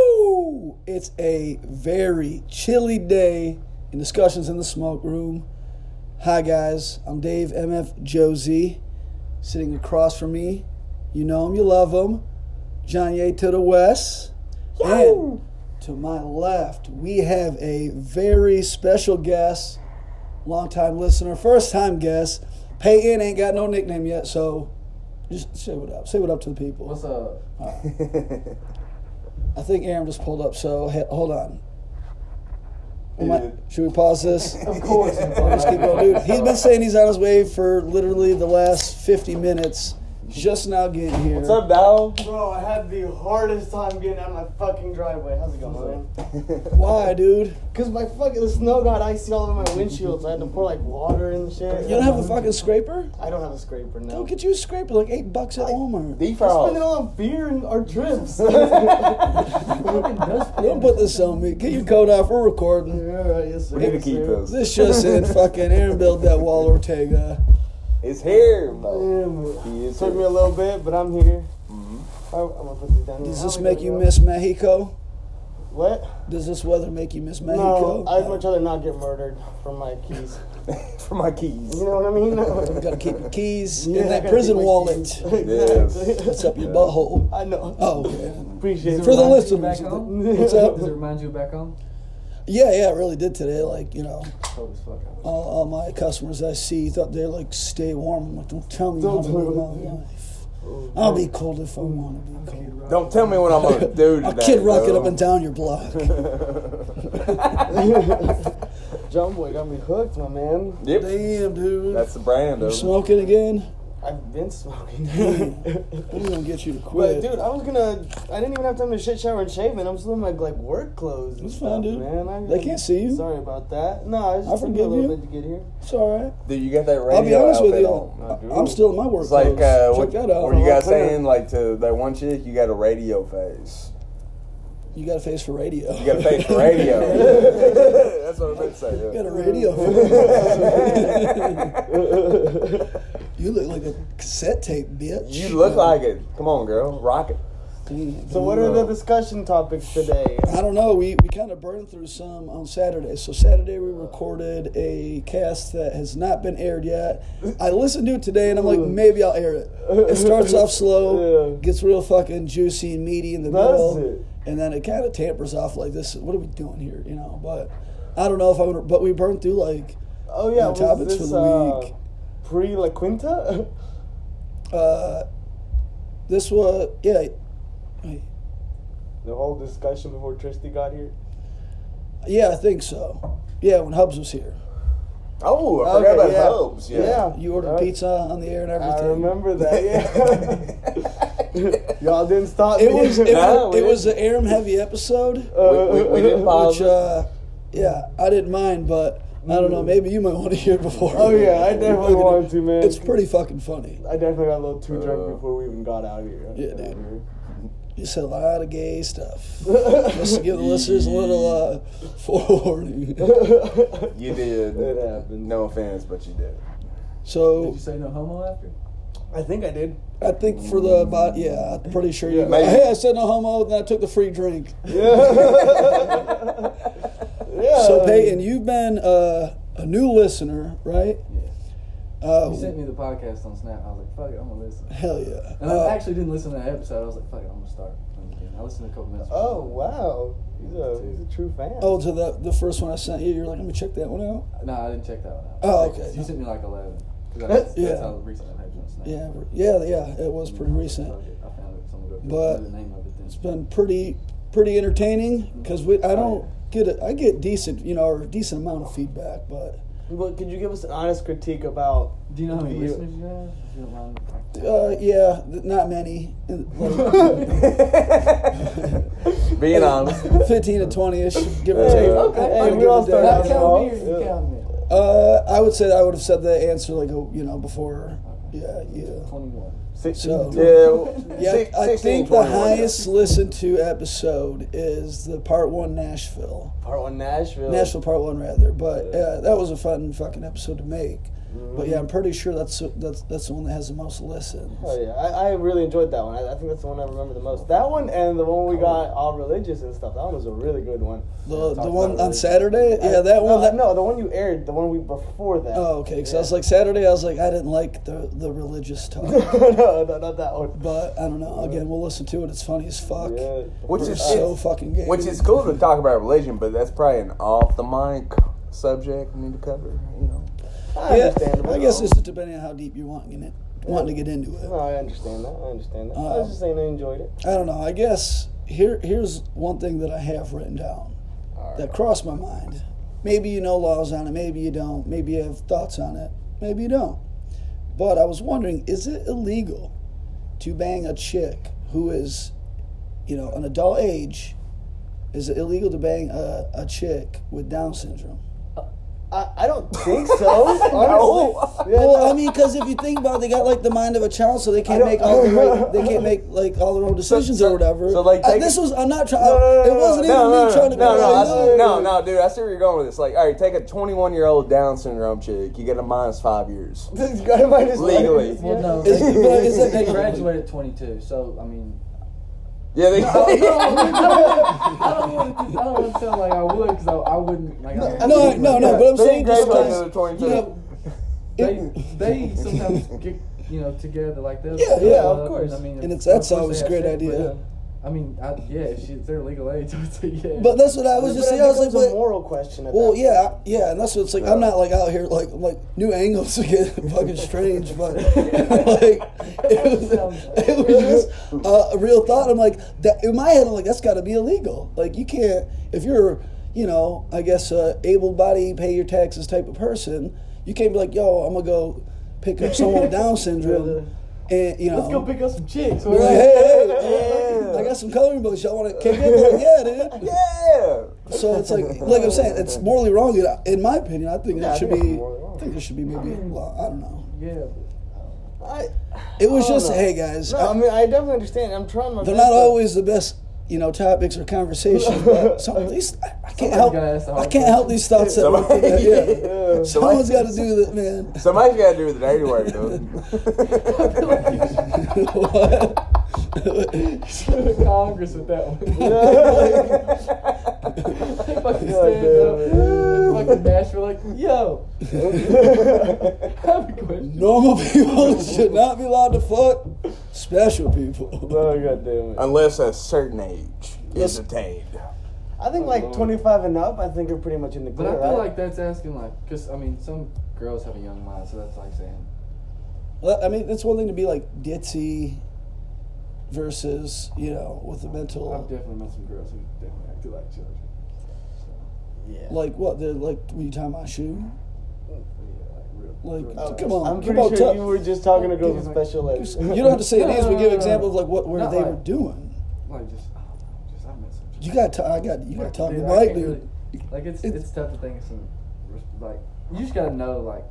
Ooh, it's a very chilly day in discussions in the smoke room. Hi guys, I'm Dave MF Josie. Sitting across from me, you know him, you love him, Janye to the west. And to my left, we have a very special guest, longtime listener, first time guest. Peyton ain't got no nickname yet, so just say what up. Say what up to the people. What's up? I think Aaron just pulled up, so he- hold on. We might- did. should we pause this? Of course. Just keep going, dude. He's been saying he's on his way for literally the last 50 minutes. Just now getting here. What's up, Dow? Bro, I had the hardest time getting out of my fucking driveway. How's it going, man? Why, dude? Because my fucking the snow got icy all over my windshield, so I had to pour like water in the shit. You don't have a fucking scraper? I don't have a scraper now. Go get you a scraper, like eight bucks at Walmart. Spend it Defrost. all on beer and our trips. Don't put this on me. Get your coat off. We're recording. yes, sir. We need to yes, keep sir. those. This just in. Fucking Aaron built that wall, Ortega. It's here, bro. Damn. He is Took me here. a little bit, but I'm here. Mm-hmm. I, am gonna put this down here. Does How this am I make gonna you go? miss Mexico? What? Does this weather make you miss Mexico? No, I'd much rather not get murdered from my keys. For my keys. You know what I mean? You gotta keep your keys Yeah, in I that gotta prison keep my wallet. keys. Yes. Exactly. What's up your butthole? I know. Oh, okay. Appreciate it. For the man. list- listeners, Back home? what's up? Does it remind you of back home? yeah, yeah, it really did today. Like you know, Cold as fuck out. all, all my customers I see thought they like stay warm. I'm like, don't tell me Don't how to live tell me. my life. I'll be cold if I want to be cold. Don't tell me what I'm gonna do to I'll that, kid rock it bro. up and down your block. John Boy got me hooked, my man. Yep. Damn, dude. That's the brand You're of it. smoking again? I've been smoking. We're gonna get you to but quit. dude, I was gonna. I didn't even have time to shit, shower, and shave, man. I'm still in my like work clothes. and It's stuff, fine, dude. Man, I, They can't see you. Sorry about that. No, I was I just took me a forgive little you. bit to get here. it's all right. Dude, you got that radio I'll be honest with outfit you. on. I- I'm still in my work It's like, clothes. uh, Check what, that out. were you guys I'll put it- saying, like, to that one chick, you got a radio face. You got a face for radio. You got a face for radio. That's what I meant to say. You got a Yeah. radio. for- you look like a cassette tape, bitch. You look like it. Come on, girl. Rock it. Damn. So what are the discussion topics today? I don't know. We, we kind of burned through some on Saturday. So Saturday we recorded a cast that has not been aired yet. I listened to it today and I'm like, maybe I'll air it. It starts off slow, Yeah. gets real fucking juicy and meaty in the Does middle, it? and then it kind of tampers off. Like this, what are we doing here? You know. But I don't know if I would. But we burned through like Oh yeah, My was topics this, for the uh, week. Pre La Quinta. uh, this was yeah. Wait. the whole discussion before Tristy got here. Yeah, I think so. Yeah, when Hubs was here, Oh, I forgot Okay, about yeah. Hubs. Yeah. you ordered Uh, pizza on the air and everything. I remember that. Yeah. Y'all didn't stop It me. was it, No, was, we it was didn't. an Aram heavy episode, Uh, We, we, we did pause. which uh, yeah, I didn't mind, but I don't know. Maybe you might want to hear it before. Mm. Oh yeah, I definitely wanted to, man. It's pretty fucking funny. I definitely got a little too drunk Uh, before we even got out of here. Yeah, dude. You said a lot of gay stuff. Just to give the listeners a little uh, forewarning. You did. It happened. No offense, but you did. Did So you say no homo after? I think I did. I think for the about yeah, I'm pretty sure you. Yeah, maybe. hey, I said no homo, then I took the free drink. Yeah. So Peyton, you've been uh, a new listener, right? You sent Uh, me the podcast on Snap. I was like, fuck it, I'm gonna listen. hell yeah. And Uh, I actually didn't listen to that episode. I was like, fuck it, I'm gonna start. from the beginning. I listened to a couple minutes. Oh wow, he's a he's a true fan. Oh, to the the first one I sent you, you're like, let me check that one out. No, I didn't check that one out. Oh, Like, okay. You sent me like 11. 'Cause That's, Yeah. that's how recent that page on Snap. Mm-hmm. Yeah, re- yeah, yeah. It was pretty recent. Fuck it, I found it. So I'm gonna go But- through the name of it then. It's been pretty pretty entertaining because we I don't get it. I get decent, you know, or a decent amount of feedback, but But could you give us an honest critique about? Do you know how many You- listeners you have? If you don't mind. uh, yeah, th- not many. And, like, Being honest. Fifteen to twenty ish, give or Yeah. take. Okay. On a Hey, we given all day. start out Not small. count me or you Yeah. count me? Uh, I would say I would have said the answer like a, you know before. Yeah, yeah. 21. Six, So- yeah, Yeah, six- I 16, think the 21. highest listened to episode is the part one Nashville, Part one Nashville. Nashville part one rather. But uh, that was a fun fucking episode to make. But yeah, I'm pretty sure that's that's that's the one that has the most listens. Oh yeah, I, I really enjoyed that one. I, I think that's the one I remember the most. That one and the one we got all religious and stuff. That one was a really good one. The Talk the one about on it. Saturday, yeah, that no, one. That, no, the one you aired, the one we before that. Oh, okay. Because I was like Saturday, I was like I didn't like the the religious talk, no, no, not that one. but I don't know. Again, we'll listen to it. It's funny as fuck. Yeah. Which We're is so fucking gay. Which is cool to talk about religion, but that's probably an off the mic subject we need to cover. You know, I Yeah, understand. I guess it's depending on how deep you're wanting it, wanting to get into it. No, I understand that. I understand that. I Uh, was just saying I enjoyed it. I don't know. I guess here here's one thing that I have written down that crossed my mind. Maybe you know laws on it, maybe you don't, maybe you have thoughts on it, maybe you don't. But I was wondering, is it illegal to bang a chick who is, you know, an adult age? Is it illegal to bang a, a chick with Down syndrome? I, I don't think so. honestly. Yeah, Well, no. I mean, because if you think about it, they got like the mind of a child, so they can't don't- make all the right, they can't make like all their own decisions so- or whatever. so, like, I- take- this was I'm not trying. No, no, no, it wasn't no, even no, me no, trying to no, be no, like, I- no, no, no, dude. I see where you're going with this. Like, all right, take a 21 year old Down syndrome chick. You get a minus five years. This guy might as well- Legally. Well, no, Is- they, but is that- they graduated at 22, so I mean, Yeah, they, I don't even, I don't even feel like I would because I, I wouldn't like. I, no, no, no. But I'm they saying just graduated because at 22. you know, They they sometimes get you know together like this. Yeah, yeah, of course. I mean, And it's- of that's course always they have a great sex, but, idea. uh, I mean, I, yeah, if she, they're legal age, I would say yeah. but that's what I was just saying. But it I was like, becomes a but, moral question. At well, that yeah, I- yeah, and that's what's like. I'm not like out here like I'm like new angles to get fucking strange, but like it was, it was just a, a real thought. I'm like that in my head. I'm like that's got to be illegal. Like you can't if you're you know I guess uh, able bodied pay your taxes type of person. You can't be like yo I'm gonna go pick up someone with Down syndrome and you know let's go pick up some chicks. We're like, hey, whatever. hey, hey, I got some coloring books. Y'all want to kick it? Like, yeah, dude. yeah. So it's like, like I'm saying, it's morally wrong. In, in my opinion, I think Yeah, I it should think it's be. morally wrong. I think it should be maybe. Well, I don't know. Yeah, point. I, It was I don't just, know. hey guys, no, I mean, I definitely understand. I'm trying my they're best not to- always the best, you know, topics or conversations. But some of these, I, I can't Somebody's help. gotta ask the I hard can't help these thoughts. That Somebody- yeah. yeah. Someone's Somebody- got to do that, man. Somebody's got to do the dirty work, dude. What? go to Congress with that one. they fucking stand up, in fucking Nashville, like, yo, I have a question. Normal people should not be allowed to fuck special people. Oh god damn it! Unless a certain age Yes. is attained. I think like 25 and up. I think are pretty much in the But clear. I feel right? like that's asking like, because I mean, some girls have a young mind, so that's like saying, Well, I mean, it's one thing to be like ditzy versus, you know, with the mental. I've definitely met some girls who definitely acted like children. So, yeah. Like what? They're like, were you talking about shoe? yeah, like real. Like, real oh, tough. come on. I'm come pretty on, sure tell- you were just talking to girls with Yeah, special You eds. don't have to say No, it is. We no, give no, example no. of like what where Not they like- were doing. Like just, I don't know, just I met some. You got to. I got. You got to Like, talk dude, to I Mike, can't dude. really- Like it's It's- it's tough to think of some res- like you just gotta know like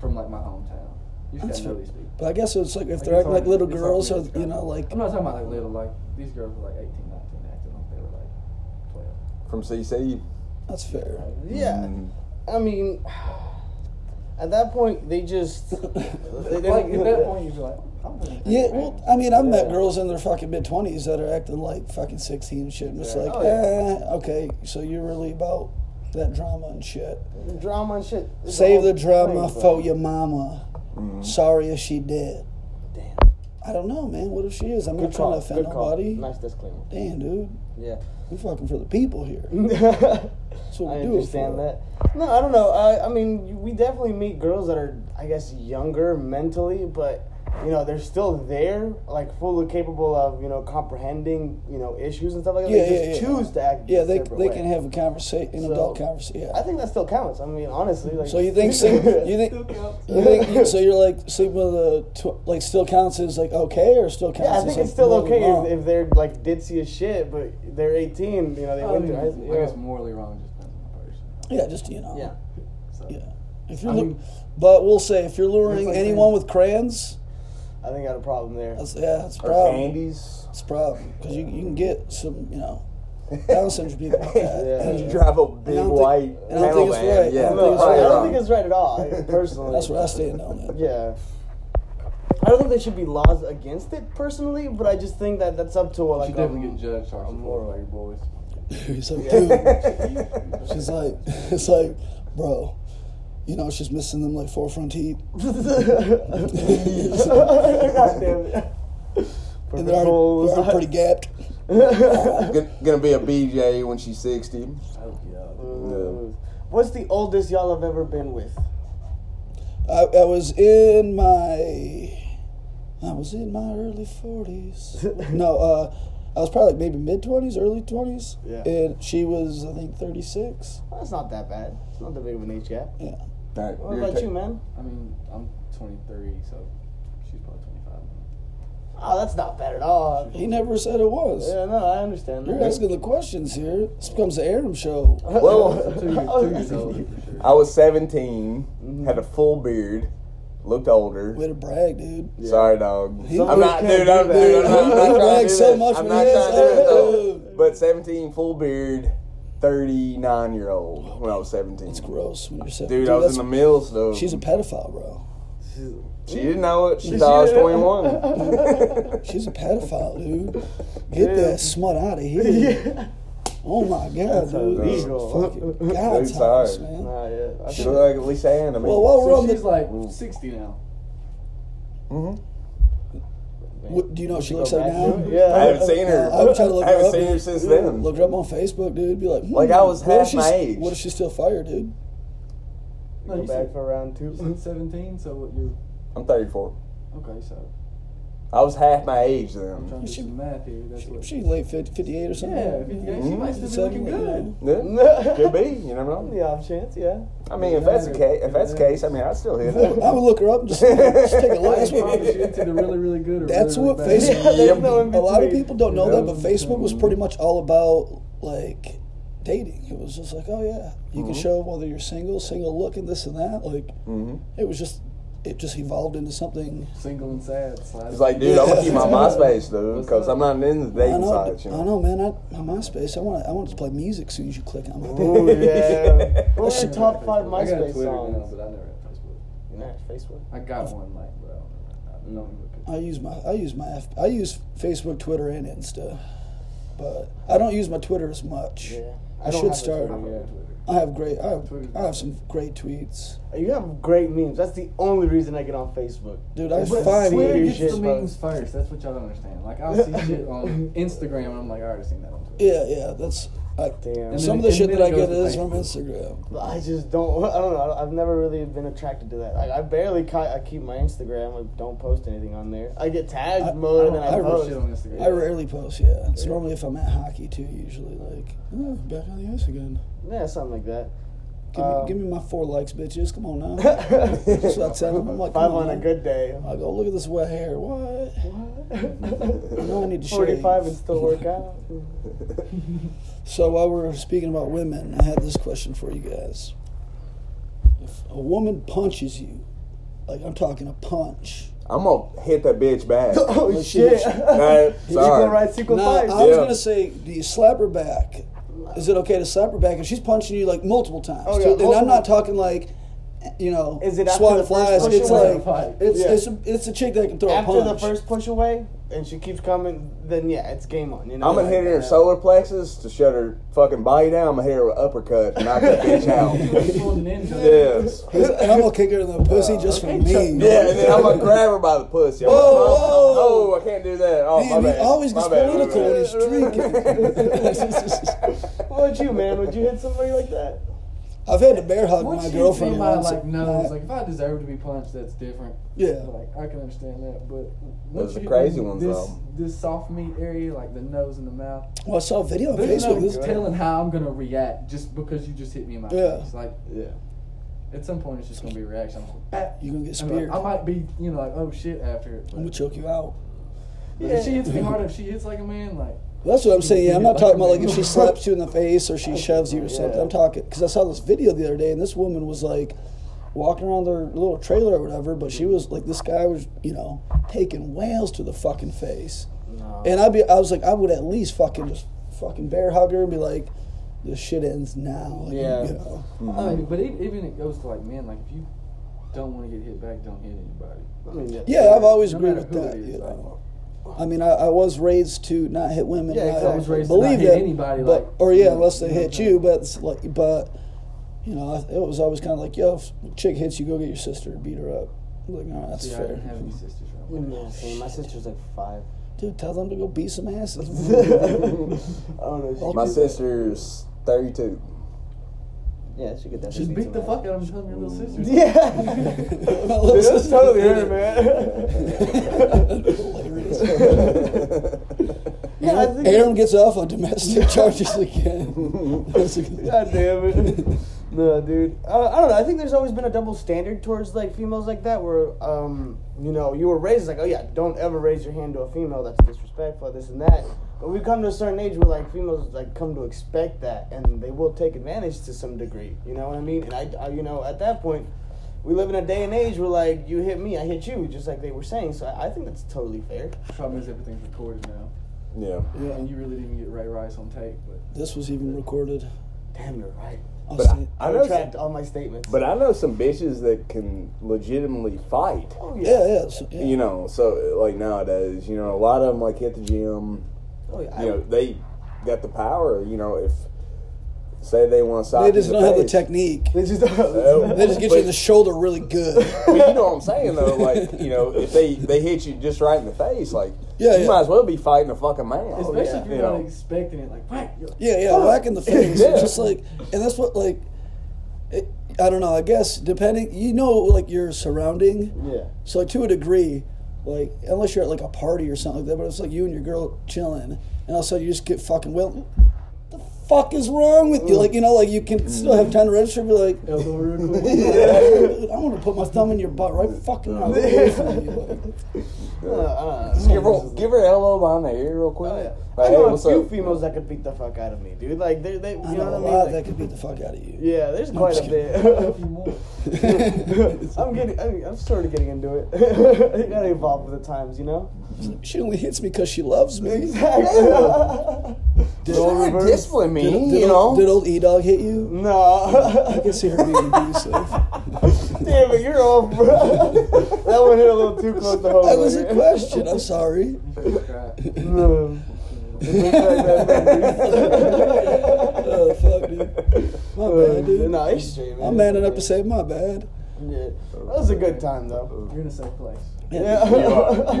from like my hometown. You just That's gotta know fair. these people. But I guess it's like if Like, they're it's acting like hard- little it's hard girls for me or to you describe. know like. I'm not talking about like little like these girls were like 18, 19, acting like they were like twelve. From Mm-hmm. CC. That's fair. yeah. I mean, at that point, they just. they- they- Like at that point you'd be like, I'm gonna Yeah, date well, man. I mean, I've met Yeah. girls in their fucking mid twenties that are acting like fucking sixteen and shit. And it's Yeah. like, Oh, yeah. eh, okay, so you're really about that drama and shit. drama and shit. It's Save all the drama thing, for but- your mama. Sorry if she dead. Damn. I don't know, man. What if she is? I'm Good not trying call. to offend Good call. nobody. Nice disclaimer. Damn, dude, Yeah. we fucking for the people here. That's what we I do it understand for. that. No, I don't know. I, I mean, you- we definitely meet girls that are, I guess, younger mentally, but you know, they're still there, like fully capable of, you know, comprehending, you know, issues and stuff like that. Yeah, they yeah, just yeah. choose to act. Yeah, they a different they way. can have a conversation, an So- adult conversation. I Yeah. think that still counts. I mean, honestly, like. So you think sleep, you think Still counts. you think so you're like sleeping with a tw- like still counts as like okay or still counts? Yeah, I as think like, it's still morally okay wrong? if, if they're like ditzy as shit, but they're 18. You know, they I went mean, to high school. I Oh, yeah. guess morally wrong just depends on the person. yeah, just you know. Yeah. So Yeah. If you're, I lu- mean- but we'll say if you're luring like anyone with crayons, I think I got a problem there. that's yeah, that's a Or problem. candies. It's a problem because you, you can get some you know I don't send your people like that. Yeah. You drive a big don't think- white I don't think it's panel van, right. Yeah, I don't No, it's I right. don't think it's right at all, I- personally. That's where I stand on it. Yeah. I don't think there should be laws against it personally, but I just think that that's up to uh, You like should a- definitely get judged, Charles, I'm for your boys. He's like, dude. She's like, it's like, bro. You know, she's missing them like four front teeth. God damn it. And they're already, they're already pretty gapped. Gonna, gonna be a BJ when she's sixty. Oh, yeah. No. What's the oldest y'all have ever been with? I, I was in my, I was in my early forties. no, uh, I was probably like maybe mid twenties, early twenties. Yeah. And she was, I think, thirty six. Well, that's not that bad. It's not that big of an age gap. Yeah. All right, What you're about ta- you, man? I mean, I'm 23, so she's probably 25. Oh, that's not bad at all. He never said it was. Yeah, no, I understand. You're asking the questions here. This becomes the Aram show. Well, Two, two years older, for sure. I was 17, Mm-hmm. had a full beard, looked older. Way to brag, dude. Sorry, dog. He- I'm not, Can't dude. do I'm, that. dude, I'm not, I'm not He trying to do brags so that. much I'm when not he trying to do is that, old. though. But 17, full beard, 39 year old when I was 17. It's gross when you're seven. Dude, I was in the mills though. She's a pedophile, bro. she didn't know it. She thought I was didn't- 21. She's a pedophile, dude. Get that smut out of here. Oh my god, dude. These illegal. fucking God's Dude, house, sorry. man. Nah, yeah. I she think- looked like at least Anna. man. Well, while we're So on she's the, like 60 now. Mhm. what, do you know what she looks Go like back now? to it? Yeah. I haven't seen her. I would try to look I haven't her up. seen her since then. Look her up on Facebook, dude. Be like, hmm, Like, I was what if half she's- my age. What if she's still fired, dude? No, Go you back said, for round you two. said 17, so what you're. I'm 34. Okay, so. I was half my age I'm trying then. to do She- some math here. That's She, Mm-hmm. what. she late 50, 58 or something. Hmm? yeah, 58. She might still be Something looking like that. good. Yeah, could be. You never know. On the off chance, yeah. I mean, if that's the case, if that's the case, I mean, I'd still hit it. I would look her up and just, just take a look. I That's can promise what, you it's either really, really good or that's really, what really bad. Facebook. There's no in a lot of between. people don't know Yeah. that, but Facebook was pretty much all about like dating. It was just like, oh yeah, you Mm-hmm. can show whether you're single, single looking, this and that. Like hmm it was just, it just evolved into something. Single and sad. Slide It's like, dude, I'm gonna keep my MySpace though, What's because up? I'm not into the I dating know, side. You I know, man. I, on MySpace, I want, I want to play music as soon as you click on my. Oh yeah. What were I your top got five Facebook. I got MySpace Twitter now, songs? Oh. but I never had Facebook. You know, Facebook. I got one, like, but I don't know. I don't even look at I use my, I use my, F- I use Facebook, Twitter, and Insta, but I don't use my Twitter as much. Yeah. I should have a start. Twitter, it. yeah. Twitter. I have great, I have, Twitter's I have some great tweets, You have great memes. That's the only reason I get on Facebook. dude. I But find see- Twitter weird gets shit, the bro. memes first. That's what y'all don't understand. Like I'll see shit on Instagram and I'm like, I already seen that on Twitter. Yeah, yeah, that's. I, some of Damn. And the then- shit and that I then it get goes is to from Facebook. Instagram. But I just don't. I don't know. I've never really been attracted to that. Like I barely. ki- I keep my Instagram. I don't post anything on there. I get tagged I- more I than I, don't- I Or post. shit on Instagram. I rarely post. Yeah, it's normally if I'm at hockey too. Usually, like "Oh, back on the ice again. yeah, something like that. Give, Um, me, give me my four likes, bitches. Come on now. That's what I tell them. I'm like, Five come on, on a now. good day. I go look at this wet hair. What? You know I need to shave. Forty-five and still work out. So while we're speaking about women, I had this question for you guys. If a woman punches you, like I'm talking a punch. I'm gonna hit that bitch back. All oh Let's see shit! what right, Sequel sorry. right, sequel No, I five. was Yeah. gonna say, do you slap her back? Is it okay to slap her back? And she's punching you like multiple times. Oh, yeah, too. and I'm multiple- not talking like, you know, Is it after swatting the first flies. push It's away? like it's Yeah. it's a, it's a chick that can throw After a the punch. first push away, and she keeps coming, then yeah, it's game on. You know, uh, I'm gonna hit her in solar plexus to shut her fucking body down. I'm gonna hit her with uppercut and knock that bitch out. Pulled an end joke. Yes. and I'm gonna kick her in the pussy just for me. Yeah, and then I'm gonna grab her by the pussy. I'm Whoa, like, whoa. oh, I can't do that. Oh, Man, my he bad. always My gets bad, my political when he's bad. drinking. What about you, man? Would you hit somebody like that? I've had to bear hug Once my you girlfriend see my once. like My- nose, like if I deserve to be punched, that's different. yeah, Like I can understand that, but Those once are you crazy get in ones, this, though. This soft meat area, like the nose and the mouth. well, I saw a video on There's Facebook. no This- telling how I'm gonna react just because you just hit me in my Yeah. face. Like Yeah. at some point, it's just gonna be a reaction. You're Ah, gonna get I, mean, speared. I I'm might be, you know, like oh shit after it. gonna But choke you out. but if she hits me hard, if she hits like a man, like Well, That's what I'm saying. Yeah, I'm Yeah, not talking about like like- if she slaps you in the face or she shoves you or Yeah. something. I'm talking because I saw this video the other day, and this woman was like walking around their little trailer or whatever, but she was like, this guy was, you know, taking whales to the fucking face, No. and I'd be, I was like, I would at least fucking just fucking bear hugger and be like, this shit ends now. Like, Yeah. You know. I mean, but e-, even, even it goes to like, man, like if you don't want to get hit back, don't hit anybody. I mean, yeah. Yeah, I've always No agreed matter with who that. it is, you like- know. I mean, I, I was raised to not hit women. Yeah, and exactly. I I was raised to believe not hit that, anybody, but- like, or you yeah, know, unless they you know hit what I'm you. But it's like, but you know, I- it was always kind of like, yo, if a chick hits you, go get your sister and beat her up. I'm like, all right, that's See, I fair. didn't have any sisters. Right? Yeah, same. My sister's like five. Dude, tell them to go beat some asses. I don't know. she My could- sister's 32. Yeah, she could Just definitely beat the somebody. fuck out of them. Tell them your Mm. little sisters. Yeah. Dude, That's that's totally her, man. yeah, I think. Aaron gets off on domestic charges again. That's a good- God damn it. No, dude. Uh, I don't know. I think there's always been a double standard towards like females like that, where um, you know, you were raised like, oh yeah, don't ever raise your hand to a female. That's disrespectful. This and that. But we come to a certain age where like females like come to expect that, and they will take advantage to some degree. You know what I mean? And I, I you know, at that point, we live in a day and age where like you hit me, I hit you, just like they were saying. So I, I think that's totally fair. Problem is, everything's recorded now, yeah. Yeah, and you really didn't get Ray Rice on tape. But this was even recorded. Damn, you're right. I'll But say- I, I know retract some, all my statements. but I know some bitches that can legitimately fight. oh yeah, yeah, so- yeah. You know, so like nowadays, you know, a lot of them like hit the gym. oh yeah. I- You know, they got the power. You know, if say they want to sock they you just in don't have the face. technique. they just don't. Oh. They just get you in the shoulder really good. I mean, you know what I'm saying though. Like, you know, if they they hit you just right in the face, like, Yeah, you yeah. might as well be fighting a fucking man. Oh, especially yeah, if you're you not know. expecting it, like whack. You're like, Yeah, yeah, whack in the face. Yeah. It's just like, and that's what like, it, I don't know. I guess depending, you know, like your surrounding. Yeah. So like, to a degree, like unless you're at like a party or something like that, but it's like you and your girl chilling, and all of a sudden you just get fucking well. The fuck is wrong with you? Like you know, like you can still have time to register, but like. Elbow real quick. I want to put my thumb in your butt right fucking now. Get away from me, like. Uh, uh, Just give her, give her an elbow behind the ear real quick. Oh, yeah. Like, I hey, know a what's few up? females that could beat the fuck out of me, dude. Like they, they, you I know, know a what I mean? lot Like, that could beat the fuck out of you. yeah, there's quite a just bit. if you want. I'm getting, I mean, I'm sort of getting into it. you gotta evolve with the times, you know. She only hits me because she loves me. Exactly. Did- Don't Roll reverse. discipline me, Did, did, you know. old, did old E Dog hit you? I no. can see her being abusive. Damn it, you're off, bro. that one hit a little too close to home. That was a right? question. I'm sorry. You should cry. No. oh fuck, dude. My Oh, bad, dude. No, it's Uh, straight, man. I'm man enough to say my bad. Yeah. That was a good time, though. You're in a safe place. Yeah. You are. You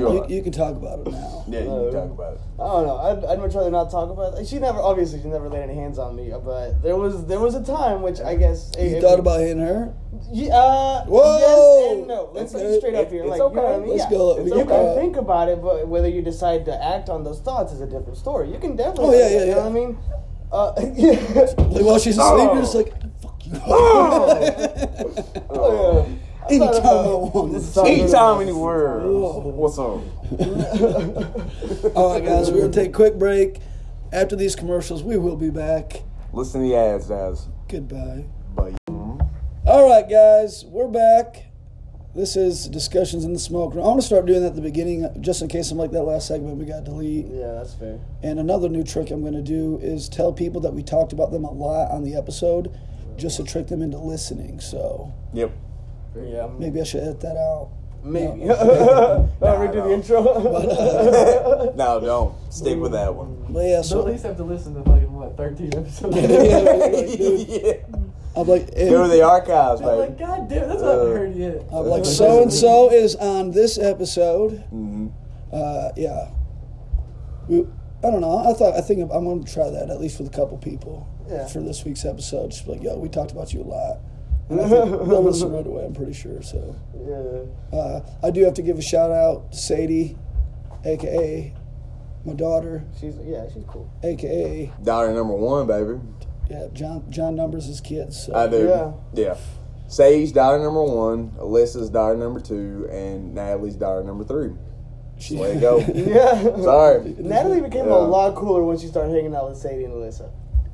You, are. you can talk about it now. yeah, you can talk about it. I don't know. I'd, I'd much rather not talk about. It. She never, obviously, she never laid any hands on me. But there was there was a time which I guess You thought about hitting her? Yeah, uh, Whoa! Yes and no. Let's Okay. be straight up here. It's like, okay. you know what I mean? Let's yeah. go. You We can can go. think about it, but whether you decide to act on those thoughts is a different story. You can definitely. Oh, yeah, yeah, you yeah. know what I mean? Uh, yeah. Like while she's asleep, Oh. you're just like, fuck you. Oh, yeah. I thought Anytime about- I want. This is all good. Anytime, anywhere. Oh. What's up? All right, guys, we're gonna take a quick break. After these commercials, we will be back. Listen to the ads, guys. Goodbye. Bye. All right, guys, we're back. This is discussions in the smoke room. I want to start doing that at the beginning, just in case I'm like that last segment we got delete. Yeah, that's fair. And another new trick I'm going to do is tell people that we talked about them a lot on the episode, just to trick them into listening. So Yep. Yeah, I'm- maybe I should edit that out. maybe. Oh, redo no. the intro. No, don't stick with that one. But yeah, So so at least have to listen to fucking what 13 episodes. yeah. I'm like, Go to eh, the Oh archives, I'm baby. like, God damn, that's not Uh, heard yet. I'm like, so and so is on this episode. Mhm. Uh, yeah. We, I don't know. I thought I think I'm going to try that at least with a couple people Yeah. for this week's episode. Just be like, yo, we talked about you a lot. And I think they'll listen right away. I'm pretty sure. So yeah. uh, I do have to give a shout out to Sadie, aka my daughter, She's yeah, she's cool. aka Daughter number one, baby. yeah John John Numbers' his kids. So. I do. Yeah. Yeah. Sage daughter number one, Alyssa's daughter number two, and Natalie's daughter number three. She- Way to go. Yeah. Sorry. Natalie became Yeah. a lot cooler when she started hanging out with Sadie and Alyssa.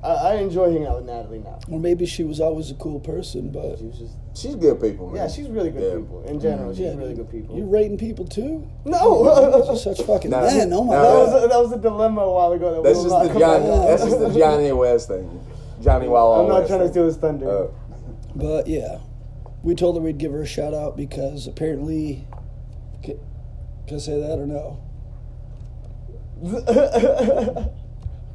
I, I enjoy hanging out with Natalie now. Or maybe she was always a cool person, but She was just She's good people, man. yeah, she's really good Yeah. people in general. She's Yeah, really dude. good people. you're rating people too. no, You're such fucking Nah, men. Oh my nah, that god. was a, that was a dilemma a while ago. That That's we just will the not come John. back to. That's just the Johnny West thing. Johnny Wawa. I'm not West trying to thing. steal his thunder. Uh, But yeah, we told her we'd give her a shout out because apparently, can, can I say that or no? Oh.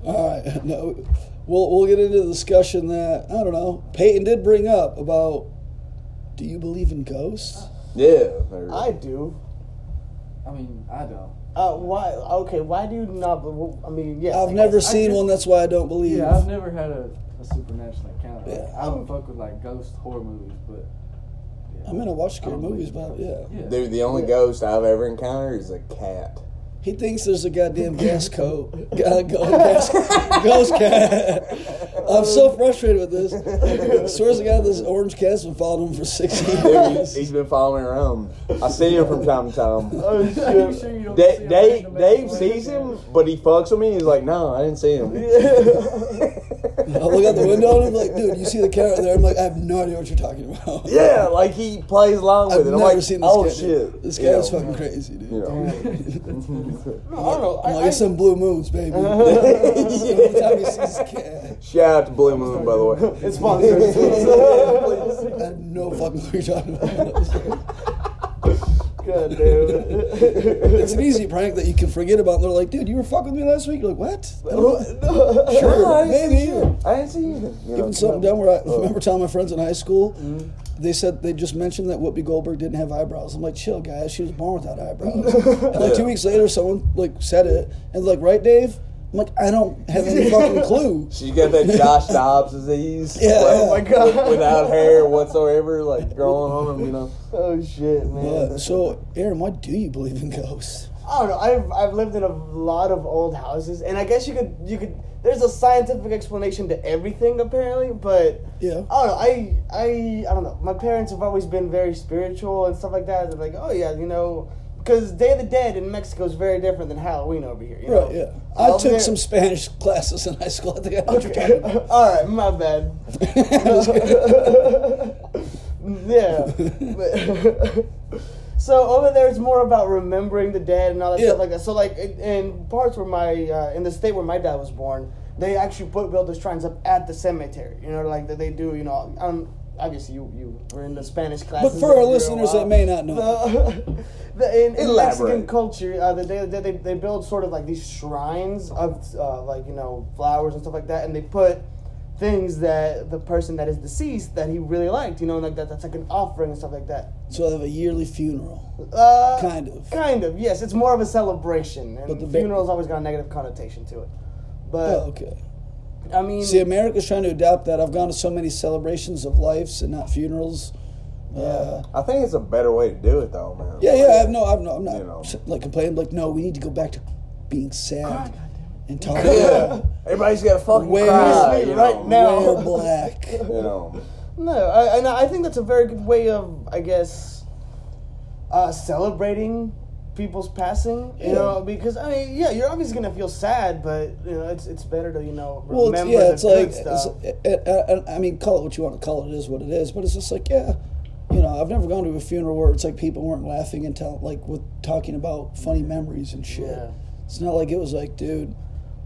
All right, no, we'll we'll get into the discussion that I don't know. Peyton did bring up about, do you believe in ghosts? yeah. there- I do. I mean, I don't. Uh, why? Okay, why do you not? bel- I mean, yeah. I've I never guess- I seen guess- one. That's why I don't believe. Yeah, I've never had a, a supernatural encounter. Like, Yeah. I don't fuck with like ghost horror movies, but I mean, I watch scary I don't movies, believe but yeah, Oh, yeah. Dude, the only ghost I've ever encountered is a cat. he thinks there's a goddamn gas coat, uh, go, gas, ghost cat. I'm so frustrated with this. Swears to God, this orange cat's been following him for six Dude, years. he's, he's been following me around. I see him from time to time. Oh Are you shit. sure you don't Da- see a Dave, random Dave ass sees him, man? but he fucks with me. He's like, "No, I didn't see him." I look out the window and I'm like, dude, you see the cat right there? I'm like, I have no idea what you're talking about. yeah, like he plays along with I've it. never I'm like, seen this "Oh guy. dude. shit, This guy You is know, fucking crazy, dude. you know. No, I don't know. I'm I- like, I- it's some blue moons, baby. Every time he sees a cat, Shout out to Blue Moon, by the way. It's sponsored. I have no fucking clue what you're talking about. Good dude. It's an easy prank that you can forget about. And they're like, dude, you were fucking with me last week. You're like, what? Sure, No, I didn't see maybe. you. I didn't see you. you. know, Even something no. dumb where I remember telling my friends in high school, they said they just mentioned that Whoopi Goldberg didn't have eyebrows. I'm like, chill, guys, she was born without eyebrows. And like two weeks later, someone like said it, and like, right, Dave? I'm like, I don't have any fucking clue. She got that Josh Dobbs disease. Yeah, like, oh my God. Without hair whatsoever, like growing on them, you know. oh shit, man. But so, Aaron, why do you believe in ghosts? I don't know. I've I've lived in a lot of old houses, and I guess you could you could. There's a scientific explanation to everything apparently, but Yeah. I don't know. I I I don't know. My parents have always been very spiritual and stuff like that. They're like, oh yeah, you know, because Day of the Dead in Mexico is very different than Halloween over here. You know? Right, yeah. I Over took there- some Spanish classes in high school. I think I know what you're talking about. All right, my bad. yeah. But- so over there, it's more about remembering the dead and all that Yeah. stuff like that. So like in- in parts where my uh, in the state where my dad was born, they actually put builders shrines up at the cemetery. You know, like that they do. You know, um, obviously you you were in the Spanish But classes. for our a listeners that while. Uh, may not know, The, the, in, in Mexican Elaborate. culture, uh, they, they, they, they build sort of like these shrines of uh, like you know flowers and stuff like that, and they put things that the person that is deceased that he really liked, you know, like that that's like an offering and stuff like that. so I have a yearly funeral. Uh, Kind of. kind of, yes. It's more of a celebration, and But the the ba- funeral's always got a negative connotation to it. Oh, But okay. I mean, See, America's trying to adopt that. I've gone to so many celebrations of lives and not funerals. Uh, I think it's a better way to do it, though, man. yeah, yeah. I have no. I'm not. I'm not You know. like complaining. Like, no, we need to go back to being sad and talk Yeah. about Everybody's got a fucking Where- cry, you Right know. now. wear black. You know. No, I, and I think that's a very good way of, I guess, uh, celebrating people's passing. You Yeah. know, because I mean, yeah, you're obviously gonna feel sad, but you know, it's it's better to you know Well, remember it's, yeah, the it's good like, it's, stuff. it, it, uh, I mean, call it what you want to call it, it is what it is, but it's just like, yeah, you know, I've never gone to a funeral where it's like people weren't laughing and tell, like, with talking about funny memories and shit. Yeah. It's not like it was like, dude,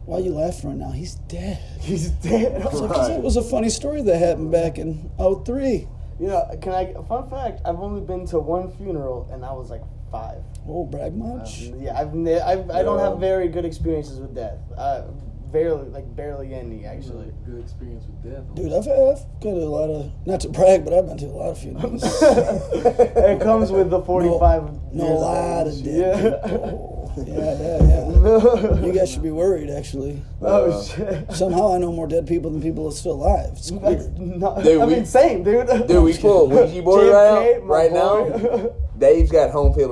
why you laughing right now? He's dead. He's dead. It's like, 'cause it was a funny story that happened back in 03. you know, can I? Fun fact: I've only been to one funeral, and I was like five. Oh, brag much? Yeah, I've, ne- I've I don't Yeah. have very good experiences with death. Uh, barely, like barely any actually. Actually, good experience with death. Dude, I've, I've gone to a lot of, not to brag, but I've been to a lot of funerals. it comes with the forty-five. no years lie to age. dead people. Yeah, yeah, yeah. You uh, guys should be worried, actually. Oh shit. Somehow I know more dead people than people that's still alive. It's That's weird. not, Dude, I we- mean, same, dude. Dude, we pull a Ouija board JFK, out my right now. boy. Dave's got home field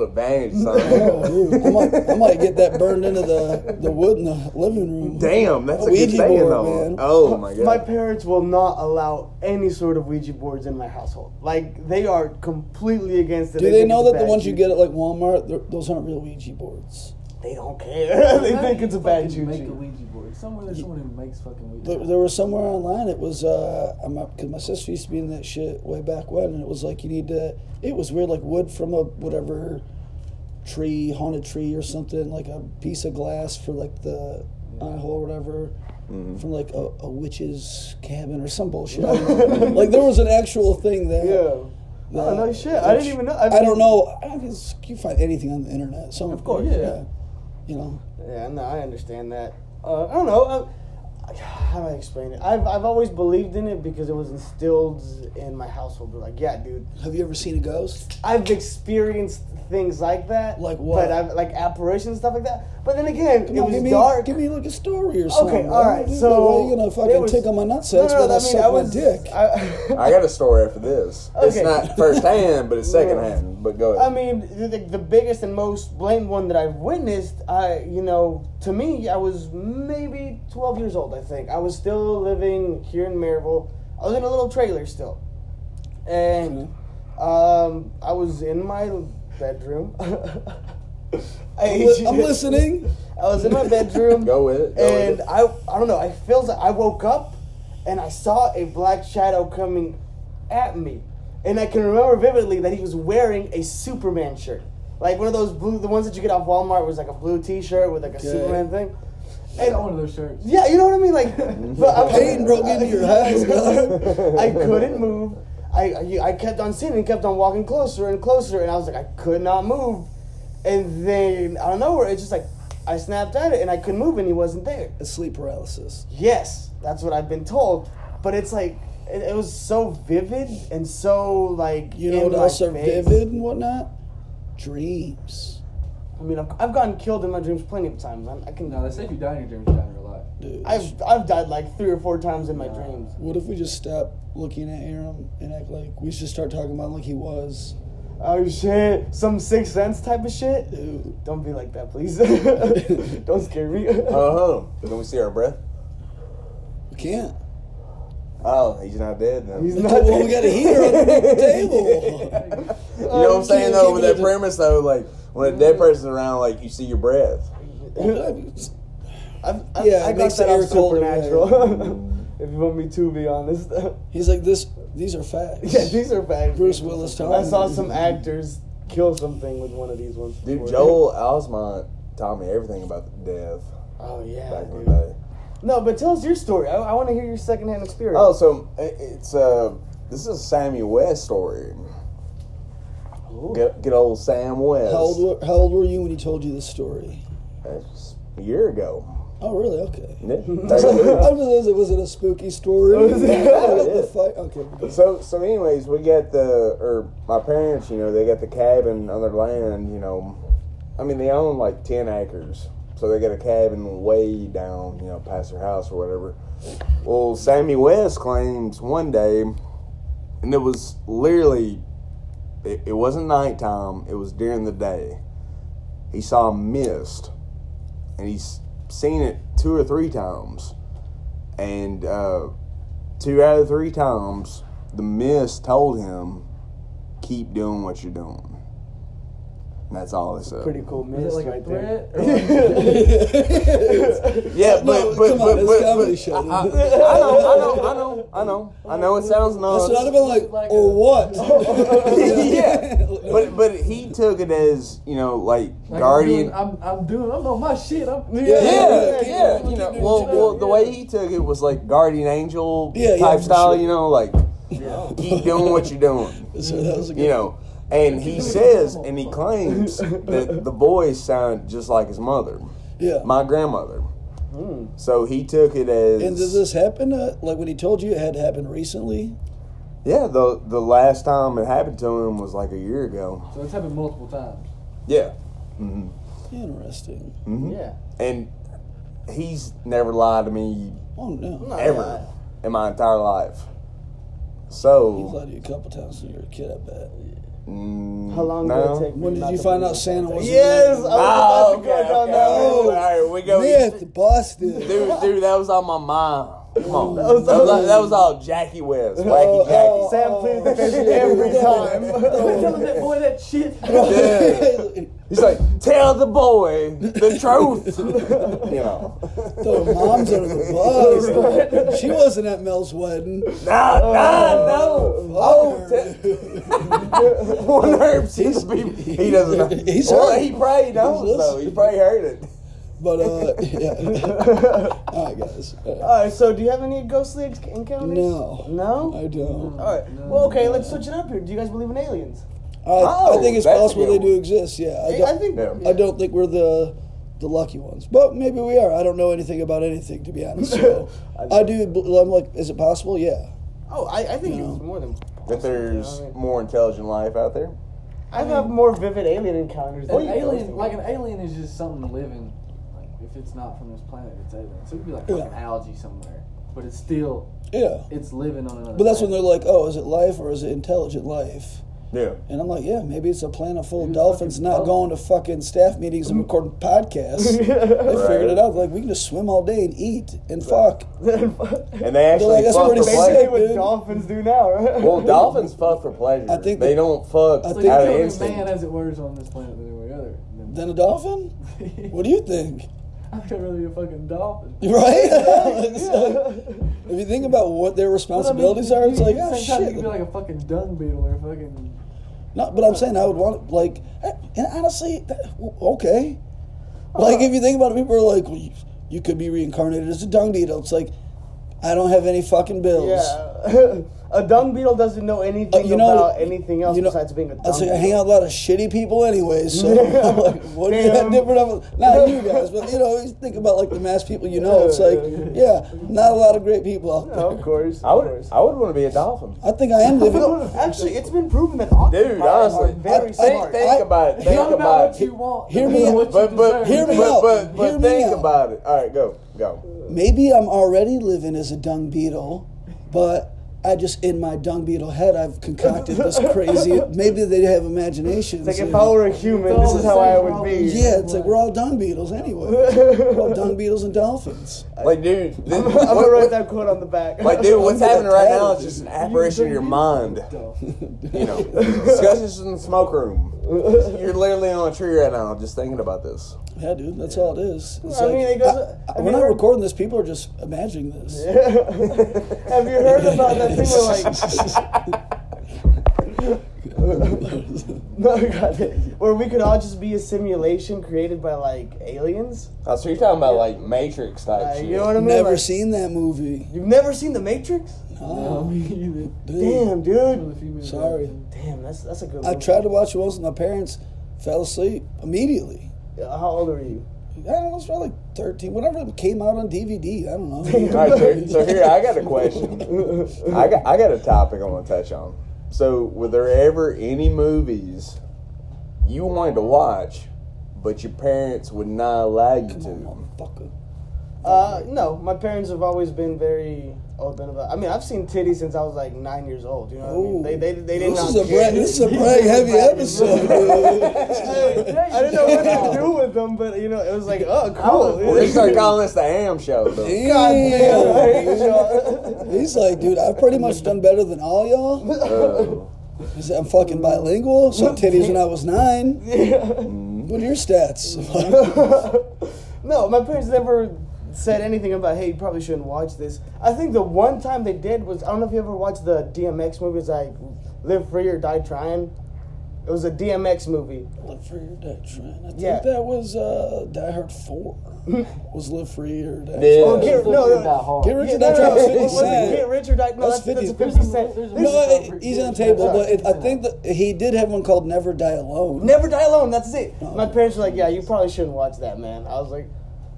advantage, son. Oh, dude, I might, I might get that burned into the, the wood in the living room. Damn, that's A a good Ouija thing, board, though. man. Oh my god. My parents will not allow any sort of Ouija boards in my household. Like, they are completely against it. Do think they it's know that the bad, ones you dude. get at like Walmart, they're- those aren't real Ouija boards? they don't care. they How do think you it's a bad fucking Make a juju. Ouija board. Somewhere there's someone who makes fucking Ouija There, boards. there was somewhere online. It was uh, I'm because my sister used to be in that shit way back when, and it was like you need to. It was weird, like wood from a whatever tree, haunted tree or something, like a piece of glass for like the eye hole or whatever, from like a, a witch's cabin or some bullshit. I don't know. like there was an actual thing that. Yeah. that- Oh, no shit. I didn't which- even know. I, I've seen- don't know. I don't think it's- you find anything on the internet. Some of course, yeah. You know, Yeah, no, I understand that. Uh, I don't know. I, how do I explain it? I've, I've always believed in it because it was instilled in my household. We're like, yeah, dude, have you ever seen a ghost? I've experienced things like that. Like what? But I've like apparitions and stuff like that. But then again, Come it on, was give me, dark. Give me like a story or something. all right, Why- so why you gonna there fucking was- tickle my nutsacks No, no, while I I mean, suck I my was- dick. I- I got a story after this. It's Okay. not first hand, but it's second hand. But go I ahead. mean, the, the- the biggest and most blatant one that I've witnessed, I, you know, to me, I was maybe 12 years old, I think. I was still living here in Maryville. I was in a little trailer still. And um, I was in my bedroom. I'm li- I'm listening. I was in my bedroom. go with it. Go with and it. I I don't know. I felt I woke up and I saw a black shadow coming at me, and I can remember vividly that he was wearing a Superman shirt, like one of those blue, the ones that you get off Walmart was like a blue T-shirt with like a Okay. Superman thing. I got one of those shirts. Yeah, you know what I mean. Like, but I'm- Pain broke into your house, dog. I couldn't move. I I- I kept on sitting and kept on walking closer and closer, and I was like, I could not move. And then I don't know where it's just like I snapped at it and I couldn't move, and he wasn't there. It's sleep paralysis. Yes, that's what I've been told. But it's like it, it was so vivid and so like You know in what my else are face. vivid and whatnot? Dreams, I mean, I've, I've gotten killed in my dreams plenty of times. I, I can. No, they say if you die in your dreams, you die in real life. dude. I've I've died like three or four times in my dreams. what if we just stop looking at Aaron and act like we should start talking about him like he was? Oh shit! Some sixth sense type of shit. Dude. Don't be like that, please. Don't scare me. Uh huh. Can we see our breath? We can't. Oh, he's not dead then. He's you not well, we got a heater underneath the table. Oh, know what I'm saying Keep though, with it that to- premise though, like when a dead person's around, like you see your breath. I've, I've, Yeah, I it got makes that the off air colder, yeah. supernatural. if you want me to be honest. He's like this. These are facts. yeah, these are bad. Bruce Willis I talking. saw some actors kill something with one of these ones. Dude, before. Joel Osmond taught me everything about death Oh yeah. back in the dude. day. No, but tell us your story. I, I want to hear your secondhand experience. Oh, so it- it's uh, this is a Sammy West story. Good, good old Sam West. How old, were, how old were you when he told you this story? That's a year ago. Oh, really? Okay. Yeah. I'm just asking, was it a spooky story? Oh, Was it? What the fuck? Okay. So, so anyways, we got the or my parents, you know, they got the cabin on their land. You know, I mean, they own like ten acres, so they got a cabin way down, you know, past their house or whatever. Well, Sammy West claims one day, and it was literally, it, it wasn't nighttime. It was during the day. He saw a mist, and he's seen it two or three times, and. uh two out of three times, the mist told him, "Keep doing what you're doing." And that's all it said. pretty cool Is miss it like a right threat? there. Or like, Yeah, but No, but come but, on, it's but, comedy but- show. I, I- I know, I know, I know, I know, I know. It sounds I nuts. should not have been like, Like or a- what? yeah, but but he took it as you know, like I'm guardian. doing- I'm, I'm doing, I'm on my shit. I'm, yeah, Yeah, yeah, yeah, you know. yeah. Well, well, the way he took it was like guardian angel Yeah, yeah, type for style. sure. You know, like Oh, keep doing what you're doing. So that was a good. you know and he says and he claims that the boys sound just like his mother yeah. my grandmother hmm. so he took it as and does this happen? Uh, like when he told you it had happened recently? yeah the the last time it happened to him was like a year ago So it's happened multiple times. yeah Interesting. Yeah. Mm-hmm. and he's never lied to me Oh no. ever in my entire life He so lied to you a couple times when you were a kid. I bet. mm, How long no. did it take? me When did not you to find believe out that? Santa was- Yes, I Oh, was about to okay, go down okay. that road. all right we go Myth busted. dude dude that was on my mind Come on. That was- That was, all- that was all Jackie West. Wacky Oh, Jackie. Sam pleaded the fifth shit. every Yeah. time. Telling that boy that shit. Yeah. He's like, tell the boy the truth. you know. Throw moms under the bus. she wasn't at Mel's wedding. Nah, nah, no. Oh, fuck t- one herb seems to be. He doesn't. He's well, heard. He probably knows though. listening. He probably heard it. But uh, yeah. All right, guys. Uh, All right, so do you have any ghostly ex- encounters? No. No? I don't. All right. Well, okay, let's switch it up here. Do you guys believe in aliens? I, I think it's that's a possible good they do one. exist. Yeah, I I don't, think. No. I don't think we're the the lucky ones, but maybe we are. I don't know anything about anything to be honest. So I do. bel- I'm like, is it possible? Yeah. Oh, I, I think No. it's more than. That there's Yeah, I mean- more intelligent life out there. I've had more vivid alien encounters. An than alien, ghostly. like an alien, is just something living. Like if it's not from this planet, it's alien. So it'd be like Yeah. an algae somewhere, but it's still Yeah. it's living on another. But that's when they're planet. like, oh, is it life or is it intelligent life? Yeah. And I'm like, yeah, maybe it's a planet full of Maybe dolphins fucking not dolphins. going to fucking staff meetings and recording podcasts. they figured it out. Like, we can just swim all day and eat and fuck. And they actually like, that's fuck already for sick. pleasure. what dude. dolphins do now, right? Well, dolphins fuck for pleasure. I think they that- don't fuck I think- It's out of like the only instinct. man has it worse on this planet than every other. Then Then a dolphin? What do you think? I would rather be a fucking dolphin. Right? It's like, if you think about what their But I mean, responsibilities are, it's you- like, at oh, the same time, You shit. could be like a fucking dung beetle or a fucking. No, but I'm saying I would want, like, eh, and honestly, that, okay. Like, if you think about it, people are like, well, you, you could be reincarnated as a dung beetle. It's like, I don't have any fucking bills. yeah. a dung beetle doesn't know anything Uh, you know- about anything else you know- besides being a dung I say I beetle. hang out with a lot of shitty people anyway, so I'm like, what do you have Damn. different of not you guys, but you know, you think about like the mass people you know, it's like, yeah, not a lot of great people out No, there. of course. Of I would. course. I would want to be a dolphin. I think I am living No, actually, it's been proven that octopi Dude, honestly, are very I- think, smart. think I- about it. Think Talk Think about about what you it. want. Hear not me about out. what you But but deserve. Hear me but, out. But, but Hear me think out. about it. All right, go go. maybe I'm already living as a dung beetle, but I just in my dung beetle head I've concocted this crazy maybe they have imaginations. It's like, if and- I were a human, It's this all is the how I same would be. problem. yeah, it's like we're all dung beetles anyway. We're all dung beetles and dolphins. Like dude, this- I'm gonna what- write what- that quote on the back. like dude, what's I'm gonna happening right tell now is you. just an You apparition of deserve your it. mind. Though. You know, discussions in the smoke room. You're literally on a tree right now, just thinking about this. Yeah, dude, that's all it is. It's I mean, it goes- have we're you not ever- recording this. People are just imagining this. Have you heard about that thing where like no, I got it. where we could all just be a simulation created by like aliens? Oh, so you're talking about like Matrix type Like, shit. you know what I mean? Never Like, seen that movie. You've never seen The Matrix? No, Oh, me either. dude. Damn, dude. Sorry. Damn, that's that's a good. I one. tried to watch it once, and my parents fell asleep immediately. How old are you? I don't know, it was probably like 13, whenever it came out on DVD. I don't All right, know. dude, so here I got a question. I got I got a topic I want to touch on. So were there ever any movies you wanted to watch, but your parents would not allow you to? Motherfucker. Uh, no, my parents have always been very open about. I mean, I've seen titty since I was like nine years old. You know what I mean? They they they did this not is a care. brag, this is a brag heavy episode. dude. I didn't know what to do with them, but you know, it was like, oh, cool. They start calling this the Am Show. Though. Damn. Damn. He's like, dude, I've pretty much done better than all y'all. Uh, He said, I'm fucking bilingual. Some titties when I was nine. What are your stats? no, my parents never said anything about, hey, you probably shouldn't watch this. I think the one time they did was, I don't know if you ever watched the DMX movie, it's like Live Free or Die Trying. It was a DMX movie. Live free or die trying. I think Yeah. that was uh, Die Hard 4. was Live Free or Die Trying. Yeah. Oh, get, no, no, That no. hard. Get rid Yeah, of no, Die no, Trying. no. 50 Was it Cent. Get Rich or Die? No, That's that's, that's, 50. a 50 Cent. There's a- There's- No, it, he's on the table, but it, I think that he did have one called "Never Die Alone." Never die alone. That's it. My parents were like, "Yeah, you probably shouldn't watch that, man." I was like,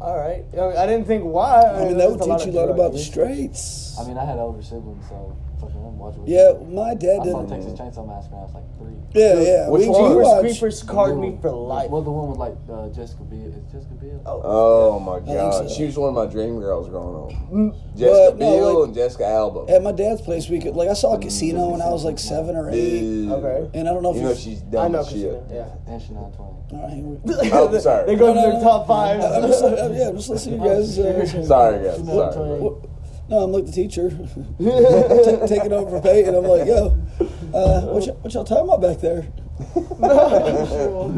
"All right." I, mean, I didn't think why. I mean, that would there's teach you a lot about the drugs. straits. I mean, I had older siblings, so fucking I'm watching. with yeah, them. my dad I saw Texas didn't. Chainsaw Massacre when I was like three. Yeah, yeah. Which we, one? we Jeepers watched. Creepers scarred The me one- for life. Well, the one with like uh, Jessica Biel. Is Jessica Biel? Oh. oh my so. god, she was one of my dream girls growing up. Mm, But, Jessica no, Biel like- and Jessica Alba. At my dad's place, we could like I saw a casino when I was like seven or eight, Dude. Okay. and I don't know if You you. know she's I dumb know, as shit. Christina, yeah. And she's not twenty. All right, here we- Oh, sorry. they No, go to no, their no. top five. Oh, I'm just, I'm- yeah, I'm just listening to you guys. Uh, Sorry, guys. Sorry. what, No, I'm like the teacher, Ta- taking over for Peyton. I'm like, yo, uh, what, y- what y'all talking about back there? oh,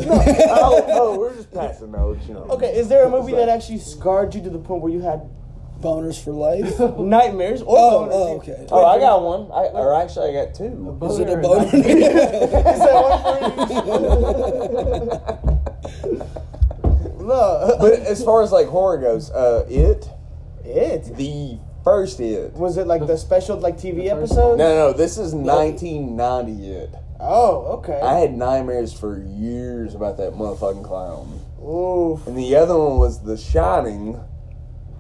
oh, we're just passing notes, you know. Okay, is there a movie that actually scarred you to the point where you had Boners for life. nightmares or Oh, boners? oh, okay. Oh, I got one. I, or actually, I got two. Is it a boner? boner? Is that one for you? But no. as far as like horror goes, uh, it It the first it. No, was it like the special like TV The first episode? no, this is 1990 it. Oh, okay. I had nightmares for years about that motherfucking clown. Oof. And the other one was The Shining.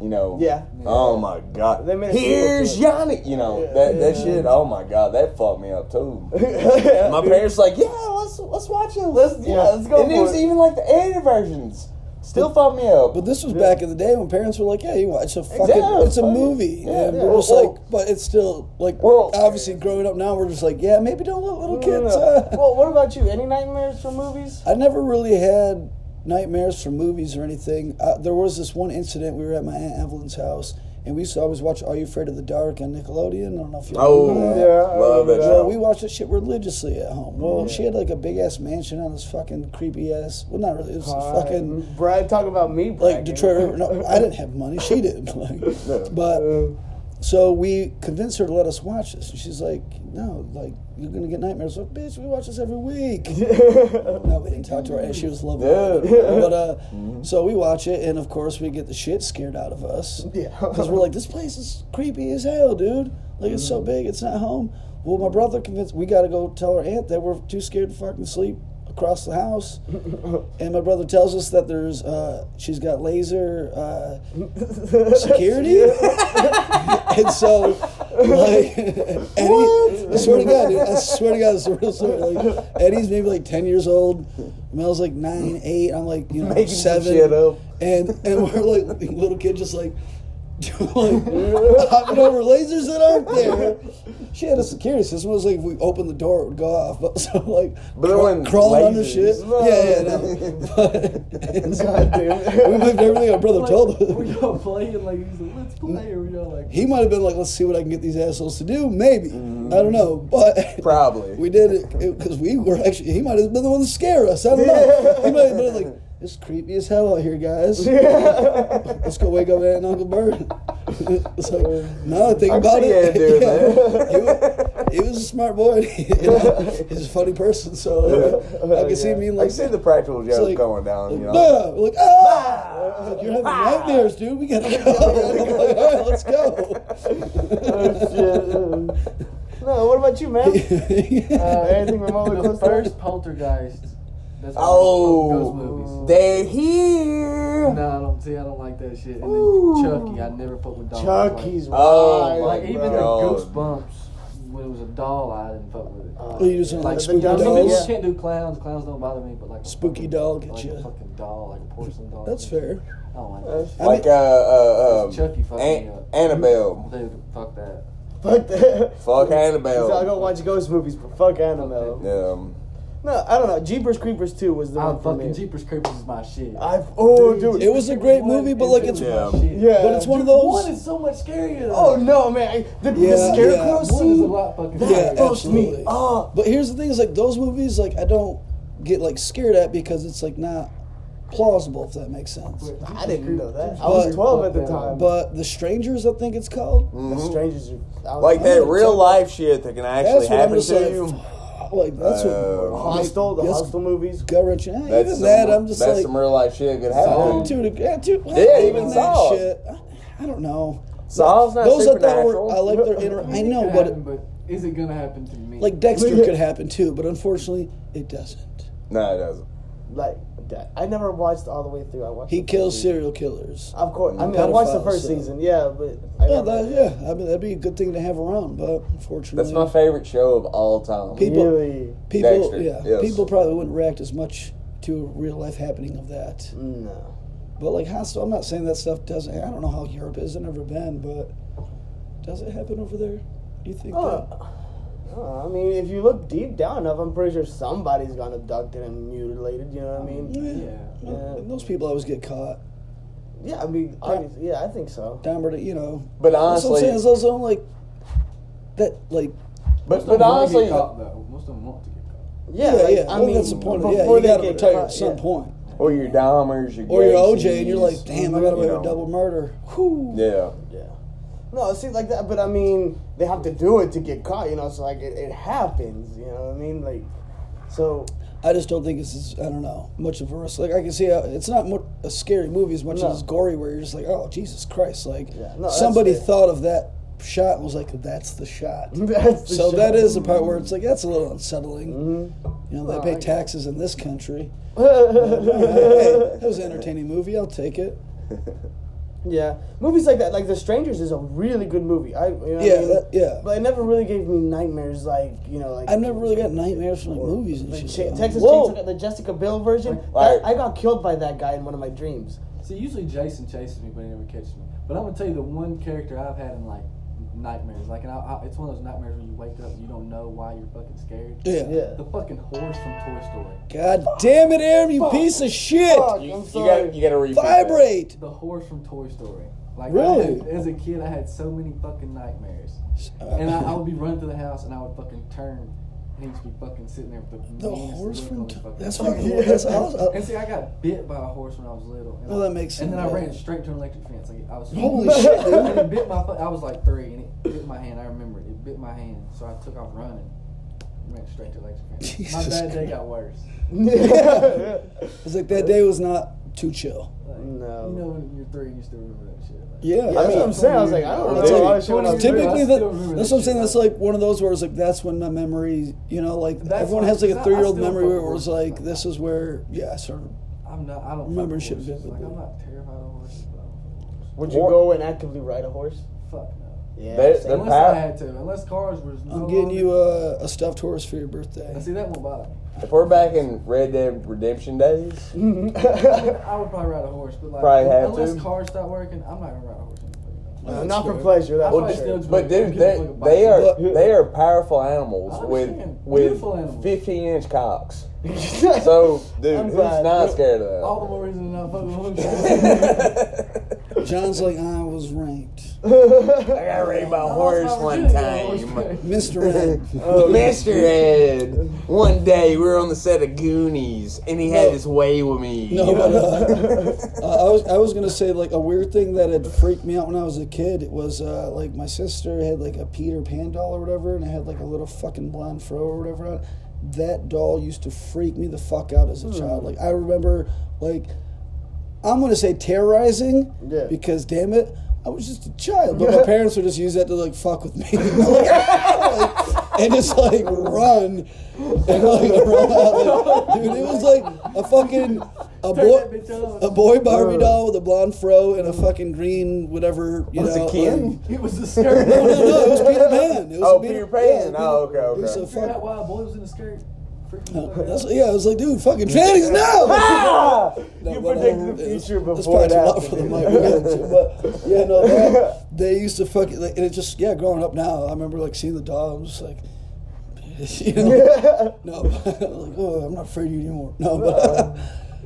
You know. Yeah. Oh my god. They made a sequel to Here's it. Yanni. You know Yeah. that that shit. Oh my god, that fucked me up too. My parents like, yeah, let's let's watch it. Let's yeah, Yeah, let's go. And it was even like the edited versions. Still fucked me up. But this was back in the day when parents were like, "Yeah, you watch a fucking, Exactly. it's a movie," Yeah, and yeah. we're just Well, like, "But it's still like, well- obviously, growing up now, we're just like, yeah, maybe don't let little No, no, kids." no. uh." well, what about you? Any nightmares from movies? I never really had nightmares from movies or anything. Uh, there was this one incident. We were at my aunt Evelyn's house, and we used to always watch "Are You Afraid of the Dark" on Nickelodeon. I don't know if you remember oh, that. Yeah, I love that. remember that. Well, show. we watched that shit religiously at home. Oh, Well, she had like a big ass mansion on this fucking creepy ass. Well, not really. It was a fucking Brad, talk about me, Brad. like Detroit. River- No, I didn't have money. She did. Like, but so we convinced her to let us watch this, and she's like, "No, like you're gonna get nightmares." Like, bitch, we watch this every week. no, we didn't talk to her, and she was loving it. Yeah. But uh, so we watch it, and of course we get the shit scared out of us. Yeah. because we're like, this place is creepy as hell, dude. Like it's so big, it's not home. Well, my brother convinced we got to go tell our aunt that we're too scared to fucking sleep across the house. and my brother tells us that there's uh, she's got laser uh, security, and so like Eddie, I swear to God, dude, I swear to God, it's a real story. Like Eddie's maybe like ten years old, Mel's like nine, eight. I'm like you know Making some seven, shit up. and and we're like the little kid just like. like hopping over lasers that aren't there. She had a security system. It was like if we opened the door, it would go off. But so like, But there cra- wasn't crawling under lasers. shit. No. Yeah, yeah, no. But, and so, we believed everything our brother told Were us. y'all playing like he's like, let's play, or were y'all like, He might have been like, "Let's see what I can get these assholes to do." Maybe Mm-hmm. I don't know, but Probably. we did it because we were actually. He might have been the one to scare us. I don't know. He might have been like, "It's creepy as hell out here, guys. Let's go wake up Aunt and Uncle Bird." it's like, no, think I about see it. Ed doing Yeah. that. he, was, he was a smart boy. you know? He's a funny person, so uh, I can see me I like. can see the practical joke like- going down. You know, No, like ah, Like, you're having nightmares, dude. We gotta go. I'm like, all right, let's Oh, no, what about you, man? go. Uh, anything remotely the close to first Poltergeist. That's one Oh. of those movies. they're here. No, I don't see. I don't like that shit. And Ooh. then Chucky. I never fuck with dolls. Chucky's Oh, Like, wild, like my even bro. Uh, the God. Goosebumps when it was a doll, I didn't fuck with it. Oh, Are you just like Like spooky I mean, dolls? You can't do clowns. Clowns don't bother me, but like a Spooky fucking- doll get like ya. a fucking doll, like a porcelain doll. That's fair. I don't like that. shit. I Like mean- uh, uh, um, Chucky fucked An- me up. Annabelle. Dude, fuck that. Fuck that. Fuck Annabelle. So I go watch ghost movies, but fuck Mm-hmm. Annabelle. Um, No, I don't know. Jeepers Creepers 2 was the I'm one for me. fucking Jeepers Creepers is my shit. I've oh dude. It was a great movie, but like it's. Yeah. yeah. But it's one of One those. is so much scarier. Than Oh no, man! I, the, Yeah, the scarecrow yeah. One is a scene. lot fucking. That Yeah, scarier. grossed me absolutely. Ah. up. But here's the thing: is like those movies, like I don't get like scared at because it's like not plausible, if that makes sense. I didn't know that. I But- was 12 at the time. But The Strangers, I think it's called. the strangers are I was Mm-hmm. like that gonna real tell- life shit that can actually That's what I'm happen just to like. you. Like that's Uh, what. Hostel, the Yes, Hostel movies. Gut wrenching. Eh, That's even some, that, I'm just that's like. some real life shit that could happen. Saw. to Dude, a- yeah, dude, Yeah, even that Saw. shit. I, I don't know. you. Saw's not Those I thought supernatural. were. I like their. I Inter- mean, I it know, could but happen, but is it gonna happen to me? like Dexter could happen too, but unfortunately, it doesn't. no, it doesn't. Like that. I never watched all the way through. I watched. He the kills first- Mm-hmm. serial killers. Of course. I mean, I watched the first Pedophiles, so- season. Yeah, but I Yeah, never- that, yeah. I mean, that'd be a good thing to have around, but unfortunately, That's my favorite show of all time. Pe- people- Really? people, Dexter, yeah, yes. people probably wouldn't react as much to a real life happening of that. No. But like hostile, I'm not saying that stuff doesn't. I don't know how Europe is. I've never been, but does it happen over there? Do you think? Uh, that? Oh. Oh, I mean, if you look deep down enough, I'm pretty sure somebody's gone abducted and mutilated. You know what I mean? Yeah. yeah. Those people always get caught. Yeah, I mean, obviously, yeah, I think so. downward, you know. But That's what I'm saying. honestly, It's also like that, like but, Most of them want to but get honestly, caught, though. Most of them want to get caught. yeah, Yeah, yeah. like, I well, mean, that's the point. Yeah, before you they gotta get retire at caught, some yeah. point. or your Dahmers, your Or you're Gacy's, OJ, and you're like, damn, I got away you with know. double murder. Whew. Yeah, Yeah. No, it seems like that, but I mean, they have to do it to get caught, you know. So like, it, it happens, you know what I mean? Like, so I just don't think it's as, I don't know much of a risk. Like I can see how, it's not mo- a scary movie as much No. as it's gory, where you're just like, oh Jesus Christ! Like Yeah. No, that's somebody fair. thought of that shot and was like, that's the shot. that's the so show. that is the part where it's like that's a little unsettling. Mhm. You know, No, they I pay get it. taxes in this country. hey, that yeah. was an entertaining movie. I'll take it. movies like that, like The Strangers, is a really good movie. I, you know what I Yeah, mean? that- yeah. But it never really gave me nightmares, like you know, like I've never really got nightmares from like movies and the shit. Cha- though. Texas Whoa. Chainsaw, the Jessica Bill version. Like- that- I got killed by that guy in one of my dreams. See, usually Jason chases me, but he never catches me. But I'm gonna tell you the one character I've had in like nightmares. Like, and I, I, it's one of those nightmares where you wake up and you don't know why you're fucking scared. Yeah. Yeah. The fucking horse from Toy Story. God damn it, Aaron! You piece of shit! Fuck, you, you I'm gotta sorry. you gotta repeat that. Vibrate. The horse from Toy Story. Like, I Really? had- as a kid, I had so many fucking nightmares. And I, I would be running through the house, and I would fucking turn, and he'd just be fucking sitting there with the The meanest horse look from on his Toy- fucking that's face. fucking- that's- I was- I- And see, I got bit by a horse when I was little. And Well, I- Oh. that makes And then I sense. ran straight to an electric fence. Like, I was Holy shit, dude. And it bit my. fu- I was like three, and it bit my hand. I remember it. It bit my hand, so I took off running. Ran straight to the electric fence. Jesus my bad day Christ. got worse. It's like that day was not too chill. Like, No. You know, when you're three, and you still remember that shit. Like, Yeah, That's what I'm saying. I was like, I don't Dude, know. all that shit when I was Dude, little. Typically, I that, still remember that's that what I'm saying. shit. That's like one of those where it's like that's when my memory, you know, like That's everyone what- has like I- a I three year old still memory where it fucking was like- like this is where yeah, I started. I'm not. I don't Remember fuck shit horses. Like, vividly. I'm not terrified of horses. But I don't fuck with horses. Would you go and actively ride a horse? Fuck no. Yeah. They- same. They're unless pow- I had to. Unless cars was. no I'm getting longer- you a, a stuffed horse for your I birthday. see that won't bother me. If we're back in Red Dead Redemption days, I would probably ride a horse, but like Probably have unless to. cars stop working, I'm not gonna ride a horse. in the fucking night. That's not for fair. pleasure. That's Well, for it's sure. still- but dude, People they, look at they are bicycles. they are powerful animals I with understand. Beautiful with animals. fifteen inch cocks. So dude, I'm who's glad. not scared All the of more reason I'm not fucking with horses. that? John's like "Ah, I was ranked, I got raped by a I horse lost my one virginity on a time. horse. Mister Ed. Oh, Mr. Ed, one day we were on the set of Goonies and he had No. his way with me. No, but uh, uh, I was I was gonna say like a weird thing that had freaked me out when I was a kid was uh, like my sister had like a Peter Pan doll or whatever, and it had like a little fucking blonde fro or whatever. On it. That doll used to freak me the fuck out as a child. Like I remember like I'm gonna say terrorizing Yeah. because damn it. I was just a child, but my parents would just use that to like fuck with me, Like, and just like run, and like run out. Like, dude, it was like a fucking a Turn boy, that bitch on. a boy Barbie Bro. doll with a blonde fro and a fucking green whatever. You Was it know, Ken? like- It was a skirt. no, no, no, it was Peter Pan. It was Oh, a Peter yeah, Pan. Peter- Oh, okay, It was okay. a Figured out fuck, why a boy was in a skirt. Freaking the fuck that's, out. yeah, I was like, dude, fucking Fanny's now. Ah! No, you but, predicted um, the it's- future it's before probably too loud that. for the mic. We got it too, but yeah, no, that, they used to fuck it, like, and it just yeah. Growing up now, I remember like seeing the doll. I'm just like, you know, no, like oh, I'm not afraid of you anymore. No, but uh,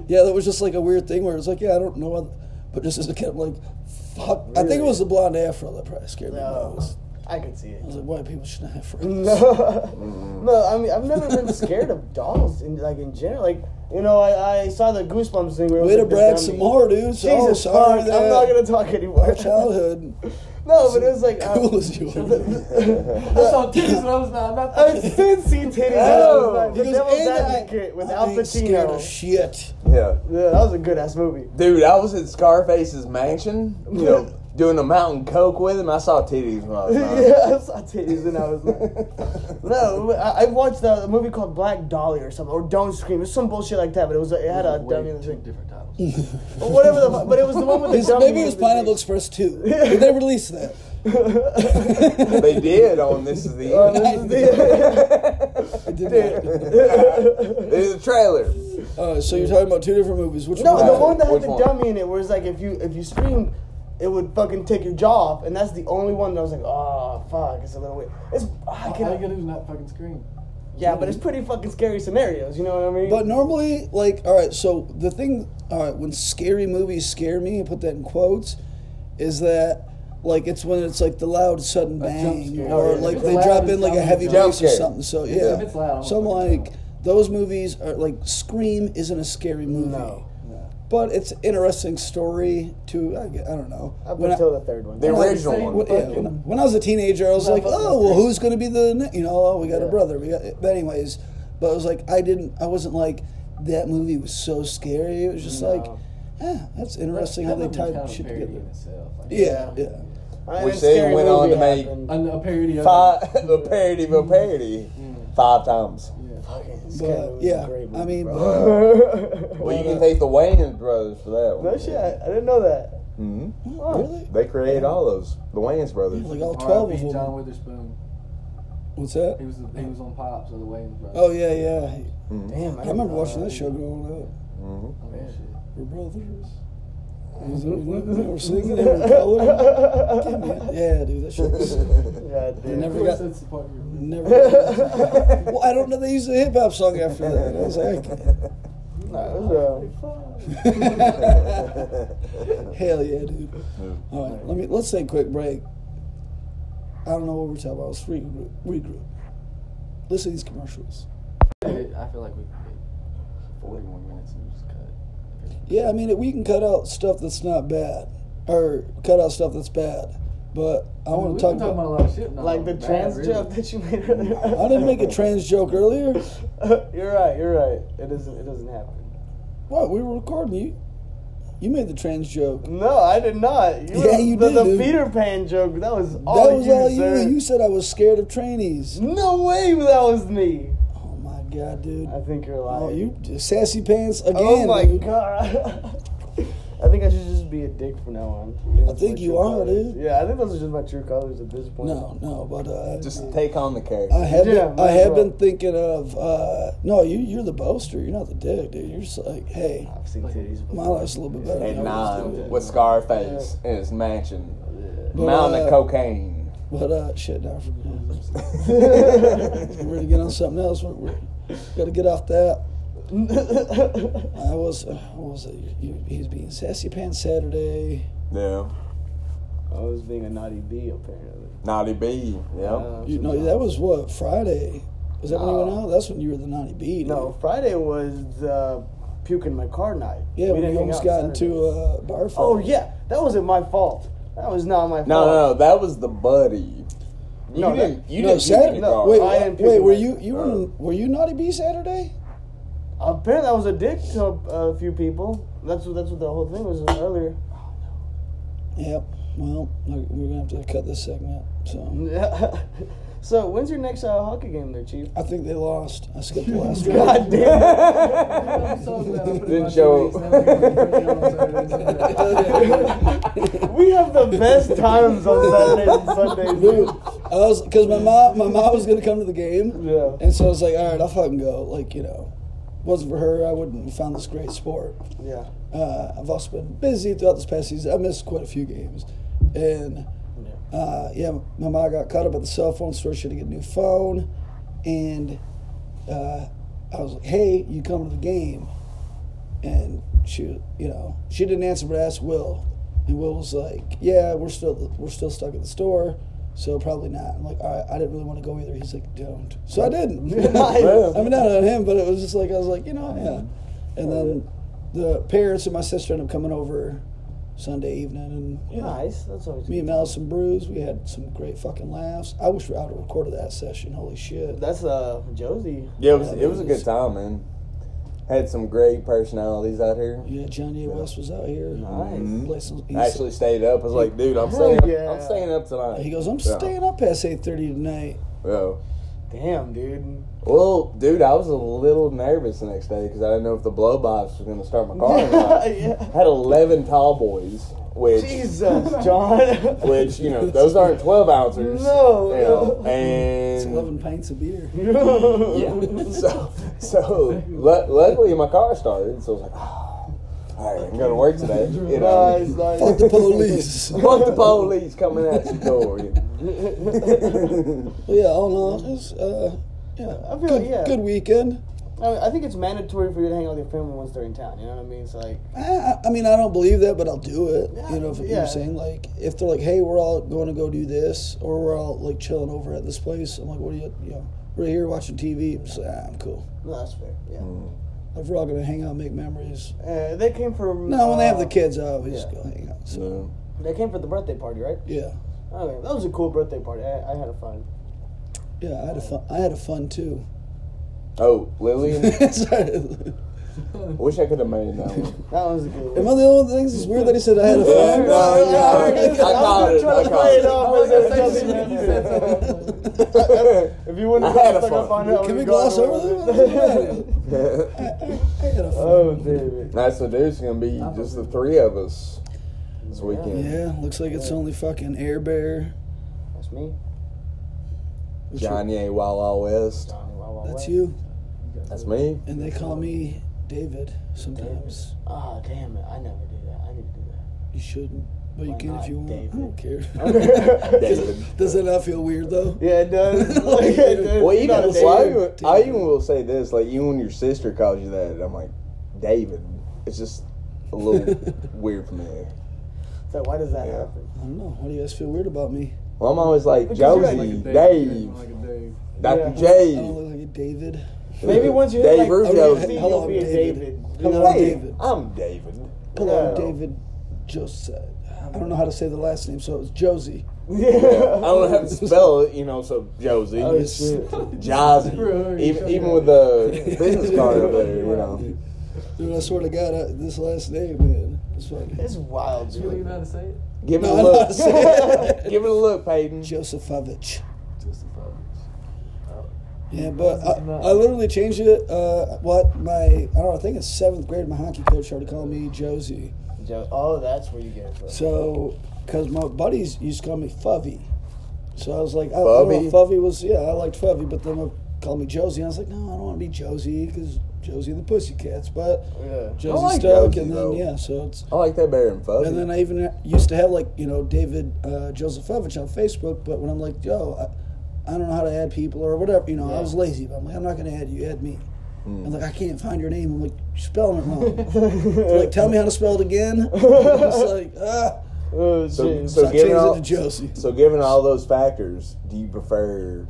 yeah, that was just like a weird thing where it's like yeah, I don't know, what, but just as a kid, I'm like, fuck. I think it was the blonde afro that probably scared me. No. most. I could see I was it. like, white people shouldn't have friends. No, no. I mean, I've never been scared of dolls in like in general. Like, you know, I, I saw the Goosebumps thing. Where it was Way to like the brag dummy. some more, dude. So, oh, Jesus, sorry fuck, that I'm not gonna talk anymore. our childhood no, but it was like uh, cool as you were. I saw titties when I was nine. I'm not I fucking- did see titties. Oh. That was He nice. The goes, Devil's "And I- Advocate with I Al ain't scared Pacino. of shit. yeah. yeah, that was a good ass movie. Dude, I was at Scarface's mansion, you know, doing a mountain coke with him. I saw titties when I was nine. yeah, I saw titties and I was like, no. I, I watched a, a movie called Black Dolly or something, or Don't Scream. It was some bullshit like that, but it was it had a Way dummy in the two thing, different titles. or whatever the. fu- But it was the one with the It's- dummy. maybe it was Pineapple Express 2. Did they release that? They did on This Is the End. Oh, It did not. There's a trailer. Uh, so you're talking about two different movies. Which no, one? the one that Which had the one? dummy in it, where it's like if you if you screamed, it would fucking take your jaw off, and "Ah, that's the only one that I was like, oh fuck, it's a little weird. It's I How can you gonna do is not fucking scream? Yeah, but it's pretty fucking scary scenarios. You know what I mean? But normally, like, all right, so the thing, all right, when scary movies scare me, I put that in quotes, is that, like, it's when it's like the loud sudden A jump bang, scare. Oh, or Yeah. like If they it's drop loud, in like a it's heavy a jump bass or scare. something. So, Yeah. yeah. If it's loud, I'm so I'm fucking like, those movies are like, Scream isn't a scary movie. No. No. But it's interesting story to, I, gu- I don't know. up When I- until the third one. The Like, original say one. well, yeah, when, when I was a teenager, I was like, oh, well, who's going to be the, ne-" you know, oh, we got a Yeah. brother. We got, but anyways, but I was like, I didn't, I wasn't like, that movie was so scary. It was just like, No. yeah, that's interesting how That they movie's tied kind of a shit parody together. in itself. Like, Yeah, yeah. I Which they went on to make- And a parody of Five, the parody of a parody. Five times. Fucking scary But, movie, yeah, great I movie, mean, bro. but- Well, you can thank the Wayans brothers for that one. no shit. I didn't know that. hmm Oh. really? They created all those. The Wayans brothers. Like oh, all 12 R.I.P. of them. John Witherspoon. What's that? He was the, he was on Pops of the Wayans Brothers. Oh, yeah, yeah. Mm-hmm. Damn, I, I remember watching that show growing up. hmm Oh, shit. We're brothers. Was it- We're singing in color. Yeah, dude, that shit was... God They damn. never Of course, got... that's the part you're- Never. well, I don't know. They used a hip hop song after that. And I was like, Nah, it was, uh, hell yeah, dude. All right, let me let's take a quick break. I don't know what we're talking about. Let's regroup. regroup. Listen to these commercials. I feel like we could get 41 minutes and just cut. Yeah, I mean, we can cut out stuff that's not bad, or cut out stuff that's bad. But I I mean, want we to talk been talking about a about. lot of shit. Now. like the Bad, trans really. joke that you made earlier. I didn't make a trans joke earlier. you're right. You're right. It doesn't. It doesn't happen. What? We were recording you. You made the trans joke. No, I did not. You Yeah, you the, did, The dude. Peter Pan joke. That was all that was Oh, you, all sir. you. You said I was scared of trainees. No way. That was me. Oh my god, dude. I think you're lying. Oh, you just sassy pants again. Oh my dude. god. I think I should just be a dick from now on. Those I think my you true are, colors. dude. Yeah, I think those are just my true colors at this point. No, no, but uh, Just take on the I character. have Yeah, been, I might as have well. been thinking of uh, no, you you're the boaster. You're not the dick, dude. You're just like, hey, I've seen titties my before. life's a little bit better. And than I was nine doing. with Scarface in his mansion. But, Mountain uh, of cocaine. But uh, shit, now we're ready to get on something else. We're, we're got to get off that. I was, uh, what was it? You, you, he's being sassy pants Saturday. Yeah. I was being a naughty B apparently. Naughty B. Yeah. Uh, You know that was what Friday. Was that when you went out? That's when you were the naughty B. dude. no, Friday was uh, puke in my car night. Yeah, We when didn't you hang almost out got Saturday. into uh, a bar fight. Oh yeah, that wasn't my fault. That was not my fault. No, no, no. That was the buddy. You No, that- didn't. you no, didn't. Saturday. you no, wait, I wait, am wait, picking were my- you you were Uh. in, were you naughty bee Saturday? Apparently, I was a dick to a, a few people. That's what that's what the whole thing was earlier. Yep. Well, look, we're gonna have to cut this segment. So so when's your next uh, hockey game, there, Chief? I think they lost. I skipped the last one. God damn! I'm so glad I put in Didn't my two show- weeks, now we're gonna be drinking on Saturday. it. we have the best times on Saturdays and Sundays. Dude, Dude. I was because my mom my mom was gonna come to the game, Yeah. and so I was like, all right, I'll fucking go. Like you know, wasn't for her, I wouldn't have found this great sport. Yeah. Uh, I've also been busy throughout this past season. I missed quite a few games, and uh, yeah, my mom got caught up at the cell phone store. She had to get a new phone, and uh, I was like, "Hey, you coming to the game?" And she, you know, she didn't answer, but I asked Will, and Will was like, "Yeah, we're still we're still stuck at the store." So probably not. I'm like, all right, I didn't really want to go either. He's like, don't. So I didn't. Nice. I mean, not on him, but it was just like I was like, you know, yeah. And then the parents and my sister ended up coming over Sunday evening, and you know, Nice. That's always me and Malice and Brews, we had some great fucking laughs. I wish we would have recorded that session. Holy shit. That's uh Josie. Yeah, it was, it was a good time, man. Had some great personalities out here. Yeah, Johnny A. West was out here. Mm-hmm. Nice. Bless him. He's- Actually stayed up. I was like, dude, I'm Hell staying. yeah. Up, I'm staying up tonight. He goes, I'm Yeah. staying up past 8.30 tonight. Yeah. Damn, dude. Well, dude, I was a little nervous the next day because I didn't know if the blow box was going to start my car. or not. yeah. I had 11 tall boys, which, Jesus, John. which you know, those aren't 12 ounces. No. You know, Mm. It's and 11 pints of beer. yeah, so so lu luckily my car started, so I was like, oh, all right, I'm going to work today. You know, Nice, nice. Fuck the police. well, Fuck the police coming at your door. you know. yeah, all in all, it was, uh, Yeah. I feel good, like, yeah. good weekend. I, I think it's mandatory for you to hang out with your family once they're in town. You know what I mean? So like, I- I, I mean, I don't believe that, but I'll do it. Yeah, you know, if you know what yeah. I'm saying, like, if they're like, "Hey, we're all going to go do this," or we're all like chilling over at this place, I'm like, "What are you? You know, we're here watching TV." I'm just like, ah, I'm cool. no, that's fair. Yeah. Like, we're all gonna hang out, make memories. Uh, they came from. Mm. No, when they have uh, the kids out, we just yeah. go hang out. So No. They came for the birthday party, right? Oh, yeah, Okay, that was a cool birthday party. I, I had a fun. yeah, I had a fun. I had a fun too. Oh, Lillian. Sorry. Wish I could have made that one. That was a good Am I one. the only thing that's weird that he said I had a fun? No, no, no. I caught it, I caught it. If you wouldn't I have had a stuck up fun. on it, I Can we would've gone gloss over that? I had a fun. oh, David. That's what there's gonna be just the three of us this weekend. Yeah, looks like it's only fucking Air Bear. That's me. which- Johnny A. Wild West. Johnny Wild Wild That's West. you. That's me. And they call me David sometimes. Ah, damn it. I never do that. I need to do that. You shouldn't, but you Why can if not, you want. I don't care. David. Does that not feel weird though? Yeah, it does. Like, it does. Well, Not even a well, I, David. even, I even will say this: like you and your sister calls you that. I'm like, David. It's just a little weird for me. So why does that Yeah. happen? I don't know. Why do you guys feel weird about me? Well, I'm always like Because you're Josie, like a Dave. Dave, Like a Dave. Dr. Yeah. I don't J. look like a David. Maybe once you hit Dave like Russo. 350, Hello, you'll I'm be a David. David. you Hello, know? I'm Hey, David. I'm David. Hello, Yeah. David Joseph. I don't know how to say the last name, so it's Josie. I Yeah. don't know how to spell it, you know. So Josie, Oh, shit. Bro, Jazzy, you even shut even up. with the business card over there, you know. Dude, I swear to God, I, this last name, man. It's fucking. It's wild, You really know how dude. to say it? Give it No, a I know how to look. say it. Give it a look, Peyton. Josephovich. Just about. Yeah, but I, I literally changed it. Uh, what my I don't know. I think it's seventh grade. My hockey coach started calling me Josie. Jo- Oh, that's where you get it from. So, because my buddies used to call me Fuvvy. So I was like, I, I don't know, Fuvvy? Fuvvy was yeah, I liked Fuvvy, but then they called me Josie. And I was like, no, I don't want to be Josie because Josie and the Pussycats. But Yeah. Josie stuck, like Josie, and then though. yeah, so it's I like that better than fuzzy. And then I even used to have like you know David uh, Josephovich on Facebook, but when I'm like, yo, I, I don't know how to add people or whatever, you know, I Yeah. was lazy. But I'm like, I'm not gonna add you, add me. Hmm. Mm. I'm like, I can't find your name. I'm like, you're spelling it wrong. They're like, tell me how to spell it again. It's like, ah. Oh, So- shit. So, I given changed all- it to Josie. So, given all those factors, do you prefer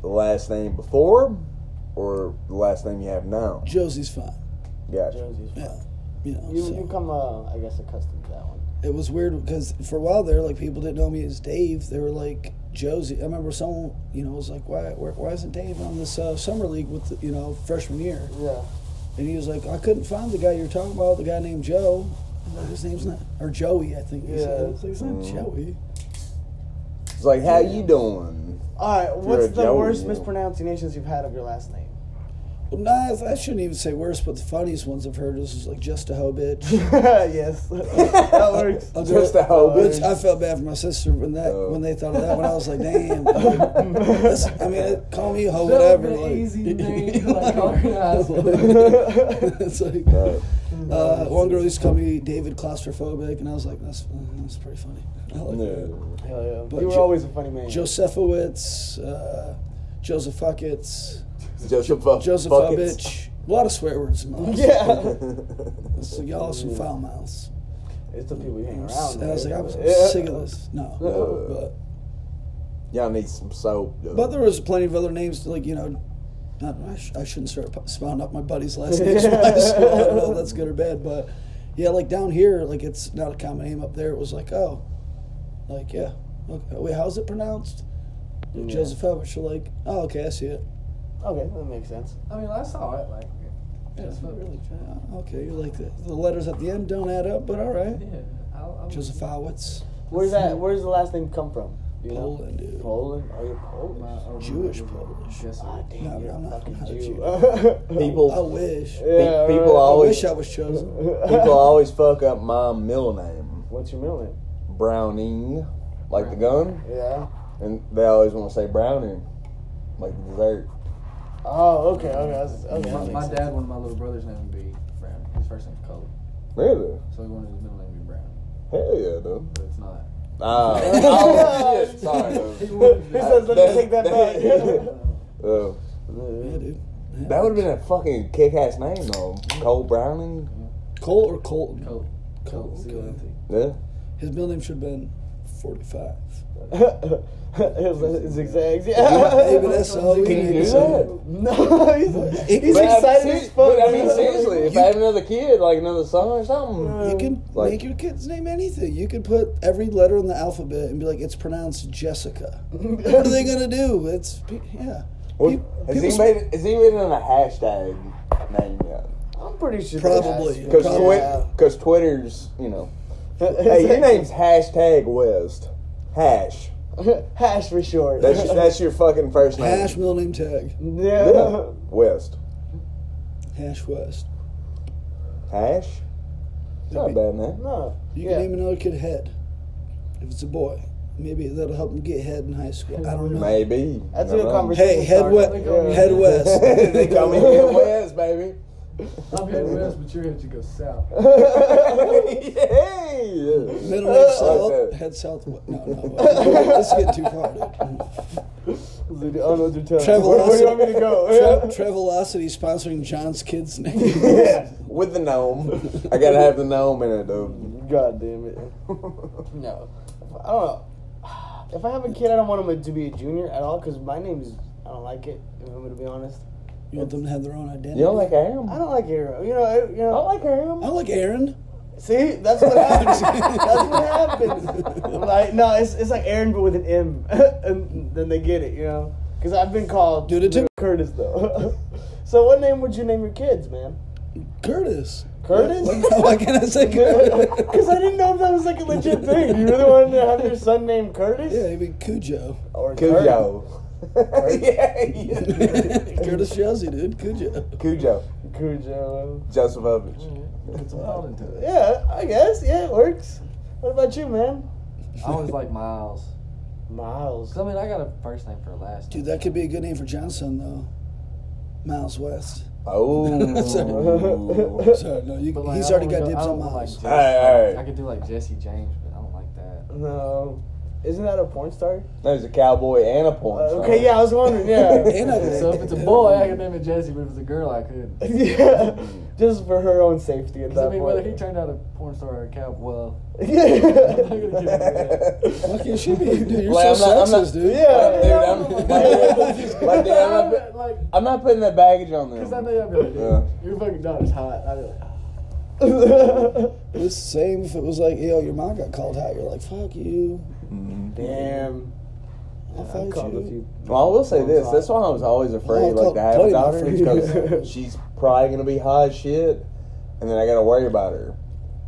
the last name before or the last name you have now? Josie's fine. Gotcha. Josie's fun. Yeah, you know. You so. you come uh, I guess accustomed to that one. it was weird because for a while there, like people didn't know me as Dave. They were like Josie. I remember someone, you know, was like, why, why, why isn't Dave on this uh, summer league with, the, you know, freshman year? Yeah. And he was like, I couldn't find the guy you're talking about, the guy named Joe. I'm like, his name's not, or Joey, I think he said. Yeah. I was like, it's not Joey. It's like, how you doing? All right. You're a What's the Joey, worst yeah. mispronunciations you've had of your last name? Well, nah, I- I shouldn't even say worse, but the funniest ones I've heard is just like, just a hoe bitch. yes. that works. I'll Just go- a hoe Which bitch. I felt bad for my sister when that Oh. when they thought of that one. I was like, damn. That's- I mean, it- call me a hoe, whatever. That would Like, be easy name, like, organized. it's like, Uh, uh, one girl used to call me David claustrophobic, and I was like, that's that's pretty funny. I like that. no. Hell yeah. But you were Jo- always a funny man. Josefowitz, uh, Joseph Fuckets, Joseph Buff- Joseph Oh, Buckets. Ovich. A lot of swear words. in my life. Yeah. So y'all are some foul mouths. it's the people you hang And around. I was like, I was with. Yeah. sick of this. No. Uh, But, Y'all need some soap. though. but there was plenty of other names, like, you know, not, I, sh- I shouldn't start p- spouting up my buddy's last name. so I just- I don't know if that's good or bad, but yeah, like down here, like it's not a common name up there. It was like, oh, like, yeah. Okay. Wait, how's it pronounced? Joseph Ovich. You're like, oh, okay, I see it. Okay, that makes sense. I mean, that's all right. Like, Yeah, That's not really Okay, you like the, the letters at the end don't add up, but all right. yeah. I'll, I'll Joseph Owitz, Where's that? Where's the last name come from? Do You Poland, Know? dude. Poland. Oh, you're My Polish. overall Jewish review. Polish. Yes, sir. Ah, damn, No, you're I'm a not- fucking I'm not Jew. people, I wish. pe- Yeah, people right. I always, wish I was chosen. people always fuck up my middle name, What's your middle name? Browning, like the gun, Yeah. and they always want to say Browning, like the dessert. Oh, okay, okay. That's, okay. My, that my makes dad wanted my little brother's name to be Brown. His first name's Cole, Really? so he wanted his middle name to be Brown, Hell yeah, dude. but it's not. Ah. oh, shit. Sorry. sense. He says, let me take that back. Uh, Yeah, dude. Yeah. that would have been a fucking kick ass name though. Cole Browning. Colt or Colton? Colt. Colt, Colt. okay. C-O-L-T. Yeah. His middle name should have been 45. Hey, Zigzags. but Yeah. that's all we Can you need do to that? say. No, he's, he's But I'm excited serious- as fuck. but I mean, seriously, if I have another kid, like another son or something, Hmm. You can Like- make your kid's name anything. You could put every letter in the alphabet and be like, it's pronounced Jessica. what are they going to do? It's, pe- yeah. What- Pe- has he people- made? Has he written on a hashtag name yet? I'm pretty sure. Probably. that's- Because Yeah. Twitter's, you know, hey, your name's hashtag West. Hash. Hash for short. That's your, that's your fucking first name. Hash middle name tag. Yeah. yeah. West. Hash West. Hash. It's not a bad name. No. You Yeah. can name another kid Head. If it's a boy. Maybe that'll help him get head in high school. I don't know. Maybe. That's I a don't know. conversation. Hey, head, we- Yeah. head west. they call me Head West, baby. I'm heading west, but your head should go south. Yay! Middle name that. south, head south. No, no. Let's get too far, dude. I don't know what you're telling. Travel Where, where do you us. want me to go? Tra- Travelocity sponsoring John's kid's name. With the gnome. I gotta have the gnome in it, dude. God damn it. No. I don't know. If I have a kid, I don't want him to be a junior at all because my name is. I don't like it. If I'm going to be honest, You want them to have their own identity. You don't like I Aram? don't like Arrow. You know. I, you know. I like Arrow. I like Aaron. See, that's what happens. that's what happens. I'm like, no, it's, it's like Aaron, but with an M, and then they get it, you know. Because I've been called Dude, it took- Curtis though. so, what name would you name your kids, man? Curtis. Curtis? Why can't I say Curtis? Because I didn't know if that was like a legit thing. You really wanted to have your son named Curtis? Yeah, maybe Cujo. Or Curtis? Cujo. yeah, yeah. Curtis Josie, dude. Cujo. Cujo. Cujo. Joseph Ovich. It's a thought into it. Yeah, I guess. Yeah, it works. What about you, man? I always like Miles. Miles. 'Cause, I mean, I got a first name for a last name. Dude, that could be a good name for Johnson, though. Miles West. Mm-hmm. Oh. Sorry, no, you, But, like, he's I don't already got wanna go- dibs I on don't want, like, Miles. Jesse- Alright, alright. I could do like Jesse James, but I don't like that. No. Isn't that a porn star? There's a cowboy and a porn Uh, star. okay, yeah, I was wondering. Yeah. And I- So if it's a boy, I could name it Jesse, but if it's a girl, I could. yeah, just for her own safety at 'Cause, I that mean, whether he point. turned out a porn star or a cow, well, Yeah. Why can't she be? Dude, you're Like, so I'm not- I'm not- sexist, dude. Yeah. Dude, I'm, like, like, dude, I'm, not, like, I'm not putting that baggage on them. cause I know y'all be like, dude, Yeah. your fucking daughter's hot. I'd be like, It's the same if it was like, yo, your mom got called out. You're like, fuck you. Damn. I'll I fight called a you. few. Mm-hmm. Well, I will say this. That's why I was always afraid, like, to have a daughter because she's probably gonna be hot as shit, and then I gotta worry about her.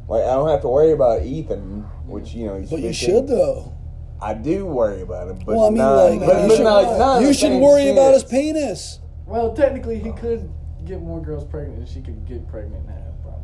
Like, I don't have to worry about Ethan, which you know. He's But you 15. should, though. I do worry about him, but well, I mean, not, like, but, you but should, not, like, not in you the should same worry about his sense. penis. well, technically, he could get more girls pregnant than she could get pregnant and have probably.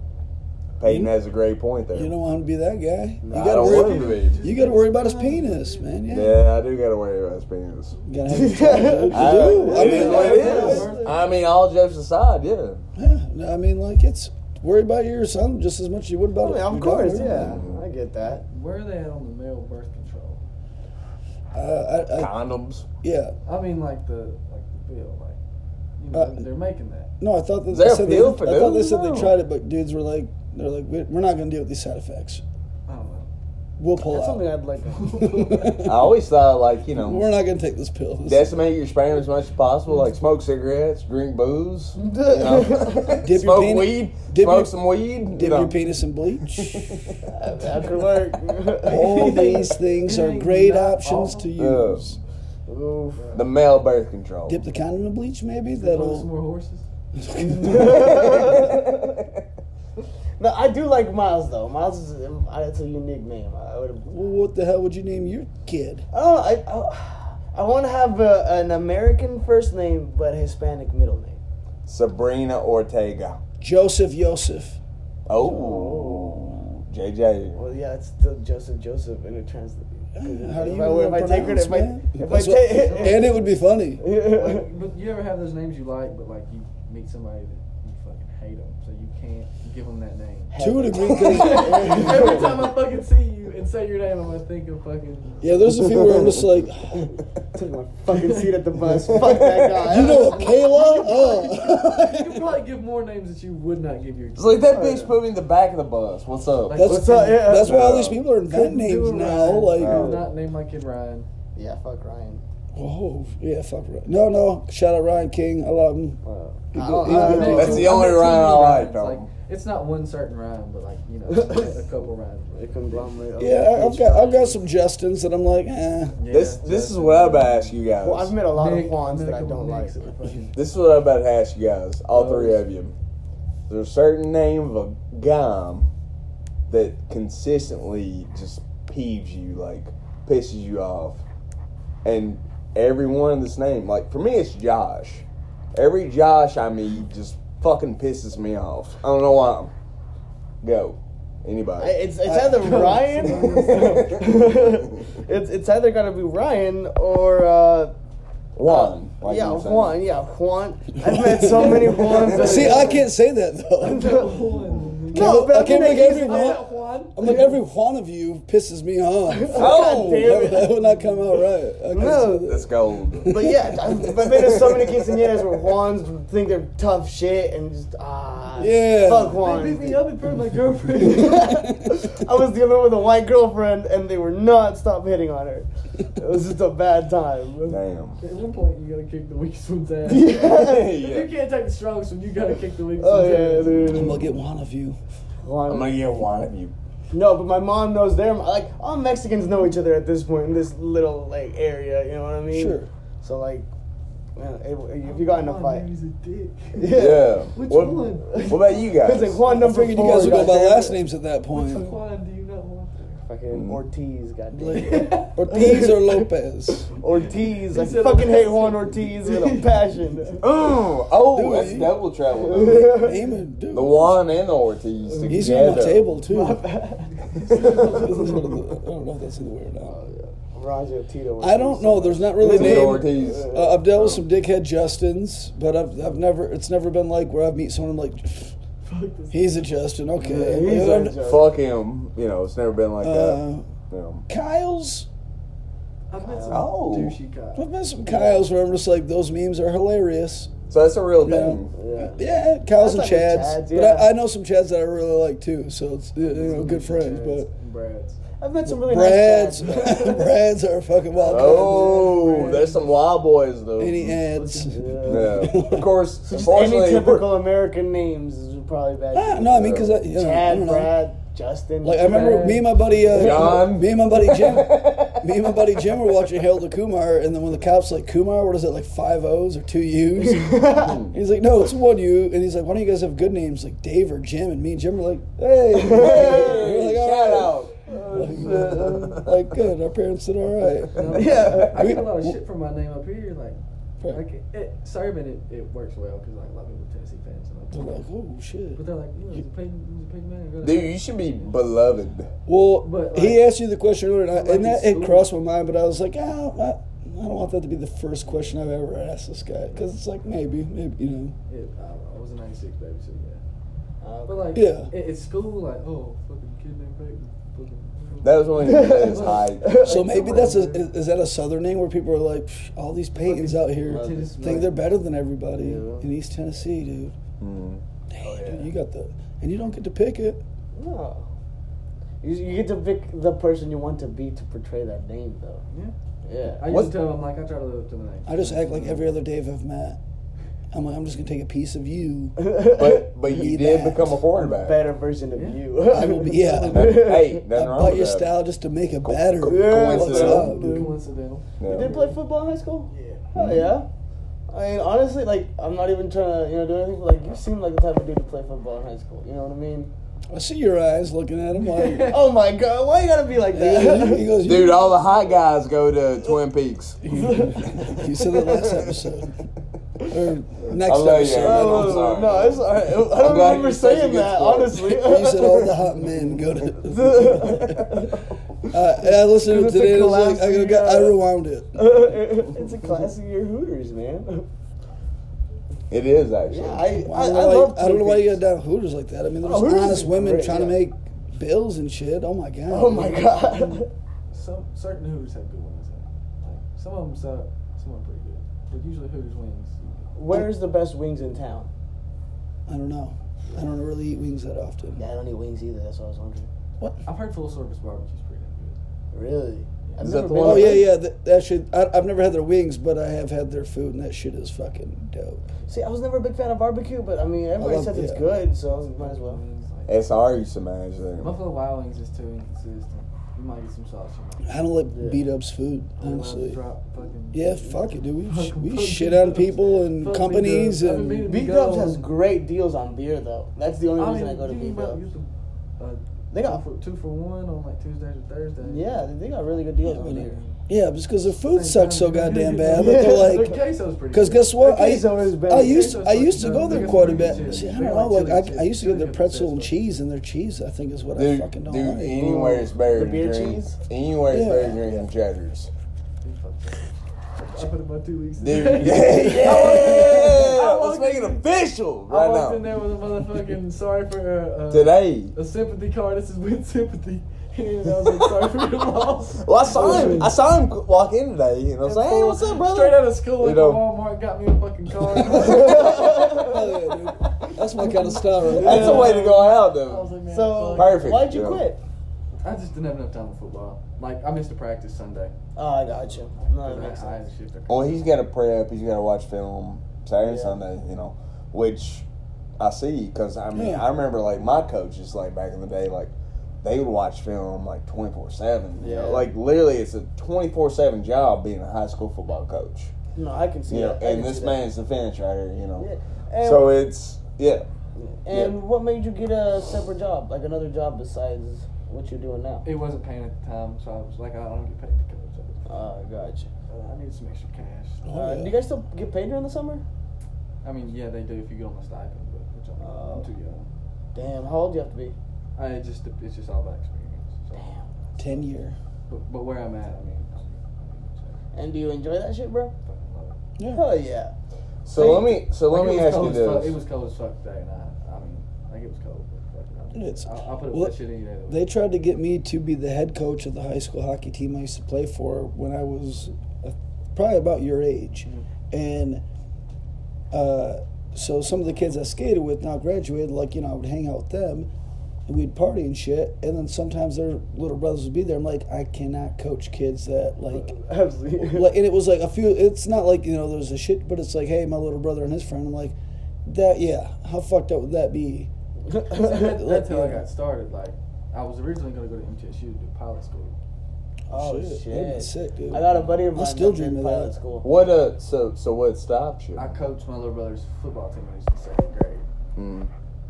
Peyton has a great point there. You don't want to be that guy. I you gotta don't worry. want to be. You gotta worry about his penis, man. Yeah. Yeah, I do gotta worry about his penis. You gotta have his penis. I- You do. I it is mean, what like, it is. I mean, all jokes aside, yeah. yeah. No, I mean, like, it's worry about your son just as much as you would I Oh, about mean, your of course, daughter. yeah. I get that. Where are they at on the male birth control? Uh, I, I, Condoms. yeah. I mean, like the like the bill, like you know, Uh, they're making that. No, I thought that Is they there a said they, pill for I thought they those? said they No. tried it, but dudes were like, they're like, "We- we're not gonna deal with these side effects. I don't know. We'll pull That's something out. I'd like. I always thought, like, you know, we're not gonna take this pill. This- decimate your sperm as much as possible. Like, smoke cigarettes, drink booze, you know, your smoke penis- weed, dip smoke your- some weed. Dip you know. your penis in bleach. that could work. All these things are Ain't great not options to Yeah. use. Oof. The male birth control. Dip the condom in bleach, maybe. Oh, some That'll. more horses. No, I do like Miles though. Miles is it's a unique name. I would. Well, what the hell would you name your kid? Oh, I. I, I want to have a, an American first name but Hispanic middle name. Sabrina Ortega. Joseph Yosef. Oh, JJ. Well, yeah, it's still Joseph Joseph in a translate. How do you If I, were- if I pronounce, take her, if I, man? if I That's what- take, and it would be funny. Like, but you ever have those names you like, but like you meet somebody that you fucking hate them, so you can't give them that name. To a degree, 'cause- Every time I fucking see you and say your name, I'm gonna think of fucking. yeah, there's a few where I'm just like, Took my fucking seat at the bus. Fuck that guy. you know, Kayla. Oh. You could probably give more names that you would not give your. It's like Oh, that bitch put me in the back of the bus. What's up? Like, That's, What's up? Yeah. that's why all these No. people are inventing names now. Like, I would No. not name my kid Ryan. Yeah, fuck Ryan. oh yeah, fuck. Ryan. No, no. Shout out Ryan King. I love him. He I do- don't- he do good I don't things. know. That's Two- the only two Ryan I like, Ryans, though. it's not one certain Ryan, but like you know, a couple Ryans. They conglomerate. of Yeah, I- I've each got I've other. got some Justins that I'm like, eh. Yeah, This this is what I'm about to ask you guys. Well, I've met a lot Nick- of Juans that I Nick- don't like. Nick's a fucking- This is what I'm about to ask you guys, all three of you. There's a certain name of a gum that consistently just peeves you, like pisses you off. And everyone that's named, like for me, it's Josh. Every Josh I meet just fucking pisses me off. I don't know why. Go, I- anybody. It's it's either Ryan. it's it's either gotta be Ryan or uh, Juan. like yeah you were saying. Juan. Yeah Juan. I've met so many Juans. that- See, I can't say that though. No, but I I can't mean, make he's- every one. I met I'm like every one of you pisses me off. Oh, that, would- that would not come out right. I can No. see that. That's gold. But yeah, I've I've been to so many quinceañeras where Juans think they're tough shit and just ah Yeah. fuck They beat me Juan. up in front of my girlfriend. I was dealing with a white girlfriend and they were not stop hitting on her. It was just a bad time. Damn. At one point, you gotta kick the weakest one's ass. If Yeah. you can't take the strongest one, you gotta kick the weakest Oh one's yeah, ass. I'm gonna dude. get one of you. Juan. I'm gonna get one of you. No, but my mom knows them. Like all Mexicans know each other at this point in this little like area. You know what I mean? Sure. So like, man, if, if you got in a Juan, fight, He's a dick. Yeah. Which what, one? What about you guys? listen, Juan I'm number figuring you four, guys would go by goddamn last it. names at that Which point. Juan do you not want? Fucking Ortiz, goddamn. Like Ortiz or Lopez. Ortiz, He I said fucking hate Ortiz. Juan Ortiz with a passion. Oh, oh, Dude, that's he- double travel. though. Name it, dude. the Juan and the Ortiz together. He's on my table too. I Roger don't know if that's in the way or not. Tito. I don't know. There's not really He's a the name. Ortiz. Uh, I've dealt with some dickhead Justins, but I've, I've never it's never been like where I've meet someone I'm like Fuck this. he's a Justin, okay. Yeah, he's a And, Justin. Fuck him. You know, it's never been like uh, that. You know. Kyle's I've met some Oh. douchey cops. I've met some Kyle's where I'm just like those memes are hilarious. So that's a real Yeah. thing. Yeah. Yeah, Kyle's and That's like a Chads, Chads, but I, yeah. I know some Chads that I really like too. So it's you know good friends, but. Brad's. I've met some really Brads, nice guys. Brads are fucking wild. Oh, there's some wild boys though. Any ads? Yeah. yeah. Of course, Just unfortunately, any typical American names is probably bad. Ah, no, I mean, cause I, you know, I Chad, don't know. Brad, Justin. Like I remember Brad. me and my buddy uh, John. me and my buddy Jim, me and my buddy Jim were watching Hail to Kumar, and then when the cops like Kumar, what is it like five O's or two U's? he's like, no, it's one U, and he's like, why don't you guys have good names like Dave or Jim? And me and Jim were like, hey, Hey, We're like, shout "All out. Oh, right." like good, our parents did all right. Yeah. I get a We- lot of shit from my name up here. Like, like it, it, serving it, it works well because like a lot of people are Tennessee fans. And They're like, like, oh shit. but they're like, you know, he's a pig, he's a pig man. They're like, Dude, you should be beloved. Well, But, he like- asked you the question earlier, and, I, But, like, and that it's it food. crossed my mind, but I was like, ah, I, I don't want that to be the first question I've ever asked this guy because it's like maybe, maybe you know, It, I, don't know, I was a 96 baby, so yeah. But like, Yeah. it, it's school, like, oh, fucking kid named Peyton. fucking- That was when he was at his height. So maybe that's a is is that a southern name where people are like, "Psh, all these pagans out here Tennessee- think they're better than everybody Yeah. in East Tennessee, dude. Mm. Damn, dude, you got the and you don't get to pick it. No. You, you get to pick the person you want to be to portray that name, though. Yeah. I Yeah. used What's- to tell him, like, I try to live up to my name. I just act like every other Dave I've met. I'm like, I'm just gonna take a piece of you. But but you Need did that. become a quarterback. Better version of Yeah. you. I will be yeah. hey, I nothing wrong bought with your that. style just to make it better. Yeah. What's up, dude? Coincidental. You Yeah. did play football in high school? Yeah. Hell yeah. I mean, honestly, like, I'm not even trying to, you know, do anything. But, like, you seem like the type of dude to play football in high school. You know what I mean? I see your eyes looking at him like. Oh my god, why you gotta be like He that? goes, "You- Dude, all the hot guys go to Twin Peaks. you said that last episode. Or next I love you, episode. man. I don't I'm sorry. Oh, no, it's alright. I I'm don't glad remember you're such a saying good that, sport. honestly. You said all the hot men go to. uh, and I listened to it It's a today. And I, was like, I, classy, go- I uh, rewound it. it's a classic year Hooters, man. It is actually. Yeah, I, I, I don't know why- love. I don't know why you Two-Piece. got down Hooters like that. I mean, there's Oh, Hooters honest is women great, trying to yeah. make bills and shit. Oh my god. Oh my god. Some certain Hooters have good ones. though. Like some of them suck, some are pretty good. But usually Hooters wins. Where's the best wings in town? I don't know. I don't really eat wings that often. Yeah, I don't eat wings either. That's what I was wondering. I've heard full service barbecue's pretty damn Really? I've Is never that the been one- Oh to- yeah, yeah. That, that shit. I, I've never had their wings, but I have had their food, and that shit is fucking dope. See, I was never a big fan of barbecue, but I mean, everybody love- says it's yeah. good, so I good. might as well. Wings, like- SR used to manage there. Buffalo Wild Wings is too inconsistent. You might get some sauce. You might. I don't like Yeah. beat ups food, honestly. Drop fucking Yeah, fuck it, dude. We, sh- Fucking we fuck shit beat on ups. people and Fuck beat companies ups. I haven't been and to- Beat go. Dubs has great deals on beer, though. That's the only I reason mean, I go to you Beat might Dubs. get the, uh, They got, two for, two for one on like Tuesdays or Thursdays. yeah, they got really good deals Yeah, but- on beer. yeah, just because their food Same sucks time. so goddamn bad that they're Their like. queso's pretty. Because good. guess what? Their I, queso is better. I used Queso's I used to fucking go dope. there They quite a got some bit. pretty good See, I shit. don't They know. got Like like I, chili I used to cheese. get their Chili pretzel cheese. and cheese, and their cheese I think is what I Dude, fucking dude, don't like. anywhere is better The than beer drink- cheese? Anywhere is Yeah. better than drinking cheddars. I put in my two weeks. Dude, in. yeah, yeah. I Let's walked make in- it official I right walked now. in there with a motherfucking sorry for uh, uh, Today. a sympathy card. This is with sympathy. And I was like, sorry for your loss. Well, I saw him. I saw him walk in today, and I was like, "Hey, what's up, Straight brother?" out of school, You at the know. Walmart got me a fucking card. Hell yeah, dude. That's my kind of style right there. That's a way to go out, I was though. like, man, So, fuck. Perfect, why'd you yeah. quit? I just didn't have enough time for football. Like, I missed a practice Sunday. Oh, I got you. No, that makes 'Cause I, I had sense. a shift. Well, Oh, he's got to prep. He's got to watch film Saturday, and Yeah. Sunday. You know, which I see because I mean, Yeah. I remember like my coaches, like back in the day, like they would watch film like twenty four seven. You know, Yeah. like literally, it's a twenty four seven job being a high school football coach. No, I can see You know, that. I and can this see that. man's the finish right here. You know, Yeah. And, so it's yeah. and yeah. what made you get a separate job, like another job besides what you're doing now? It wasn't paying at the time, so I was like, I don't get paid to coach. Oh, I got you. Uh, I need some extra cash. Oh, Uh, yeah. Do you guys still get paid during the summer? I mean, yeah, they do if you get on the stipend, but which I'm, Oh. I'm too young. Damn, how old do you have to be? Uh, I it just it's just all about experience. So, Ten year. but, but where I'm at, I mean, I mean, And do you enjoy that shit, bro? I fucking love it. Yeah. Hell yeah. So let me so let Like, me it was ask you cold as fuck- this. It was cold as fuck today, and I, I mean, like it was cold. But fuck it, I'll- It's- I'll, I'll put up well, with that shit any day. of the They week. tried to get me to be the head coach of the high school hockey team I used to play for when I was uh, probably about your age. And uh, so some of the kids I skated with now graduated, like, you know, I would hang out with them and we'd party and shit. And then sometimes their little brothers would be there. I'm like, I cannot coach kids that, like, Absolutely. like, and it was like a few. It's not like you know there's a shit, but it's like, hey, my little brother and his friend. I'm like, that yeah. How fucked up would that be? See, that, that's how I Yeah. got started. Like, I was originally gonna go to MTSU to do pilot school. Oh Shit, shit! that'd be sick, dude. I got a buddy of I mine. still that did dream of pilot that. School. What uh so so what stopped you? I coached my little brother's football team when he was in second grade, Mm.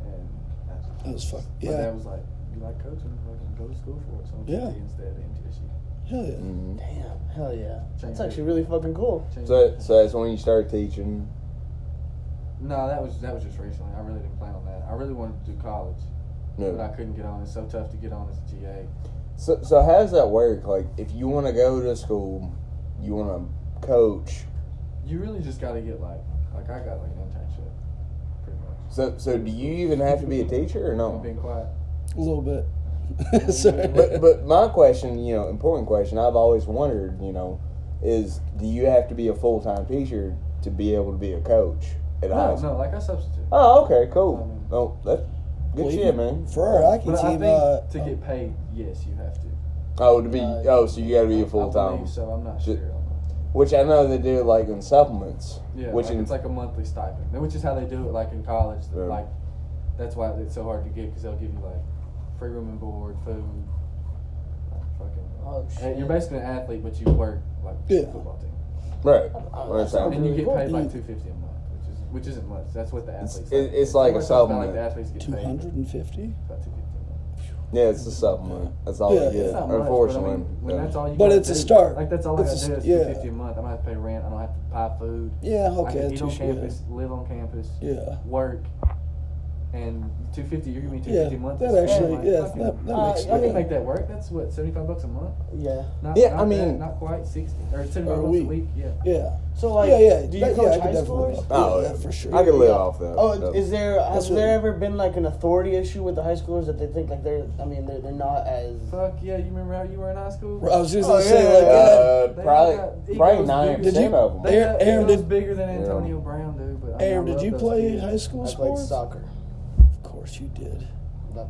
and that's That was fuck. My dad Yeah, was like, "You like coaching? Fucking go to school for it." So I'm Yeah. yeah. instead of MTSU. hell yeah. Mm. Damn! Hell yeah! That's Change actually really fucking cool. Change So it. so that's when you started teaching. no, that was that was just recently. I really didn't plan on that. I really wanted to do college, but I Yeah. couldn't get on. It's so tough to get on as a GA. So so how does that work? Like if you want to go to school, you want to coach. You really just got to get like like I got like an internship, pretty much. So so do you even have to be a teacher or I'm no? being quiet. A little bit. Sorry. But but my question, you know, important question I've always wondered, you know, is do you have to be a full time teacher to be able to be a coach at a high No, school? no, like I substitute. Oh, okay, cool. Oh, that's good Well, shit, even man. For our hockey But I team, think uh, to get paid, yes, you have to. Oh, to be Uh, oh, so you got to be I- a full I time, believe So I'm not Ju- sure. on that. which I know they do like in supplements. Yeah, which like, in, it's like a monthly stipend, which is how they do it, like in college. that, Yeah. Like that's why it's so hard to get because they'll give you like free room and board, food, like, fucking. Oh shit! and you're basically an athlete, but you work like Yeah. a football team, right. Oh, Or it's that's like- and you really get cool. paid like Mm. two fifty a month, which is which isn't much. That's what the It's- athletes. it- it's like Someone a talks about, supplement. Like the athletes get two paid hundred and fifty. about two fifty. Yeah, it's a supplement. That's all Yeah, they it's get. not much, Unfortunately, but I mean, when Yeah. that's all you But gotta it's a do- start. Like that's all I It's gotta a do s- is yeah. two fifty a month. I don't have to pay rent. I don't have to buy food. Yeah, I okay, can that's eat on what she- campus, live on campus, Yeah, work, and two fifty, you're giving me two Yeah, fifty a month. that that's actually, fine. yeah, Fuck it. that, that Uh, makes I I mean- can sense. make that work. That's what seventy five bucks a month. Yeah. Not, Yeah, not I bad, mean- not quite sixty or seventy Or a dollars a week. week. Yeah. Yeah, So like, yeah, yeah. do you that, yeah, I coach could high definitely schoolers? live Oh, off that yeah. for sure. I can live off that. Oh, stuff. is there has That's what- there ever been like an authority issue with the high schoolers that they think like they're I mean they're, they're not as Fuck yeah! You remember how you were in high school? I was just Oh, gonna say, yeah, like, yeah, uh, uh, They got probably egos probably bigger. nine Did you- percent of them. They got Aaron egos did- bigger than Yeah. Antonio Brown, dude. But I mean, I Aaron, did love you those play kids. high school I played sports? soccer. Of course you did. That-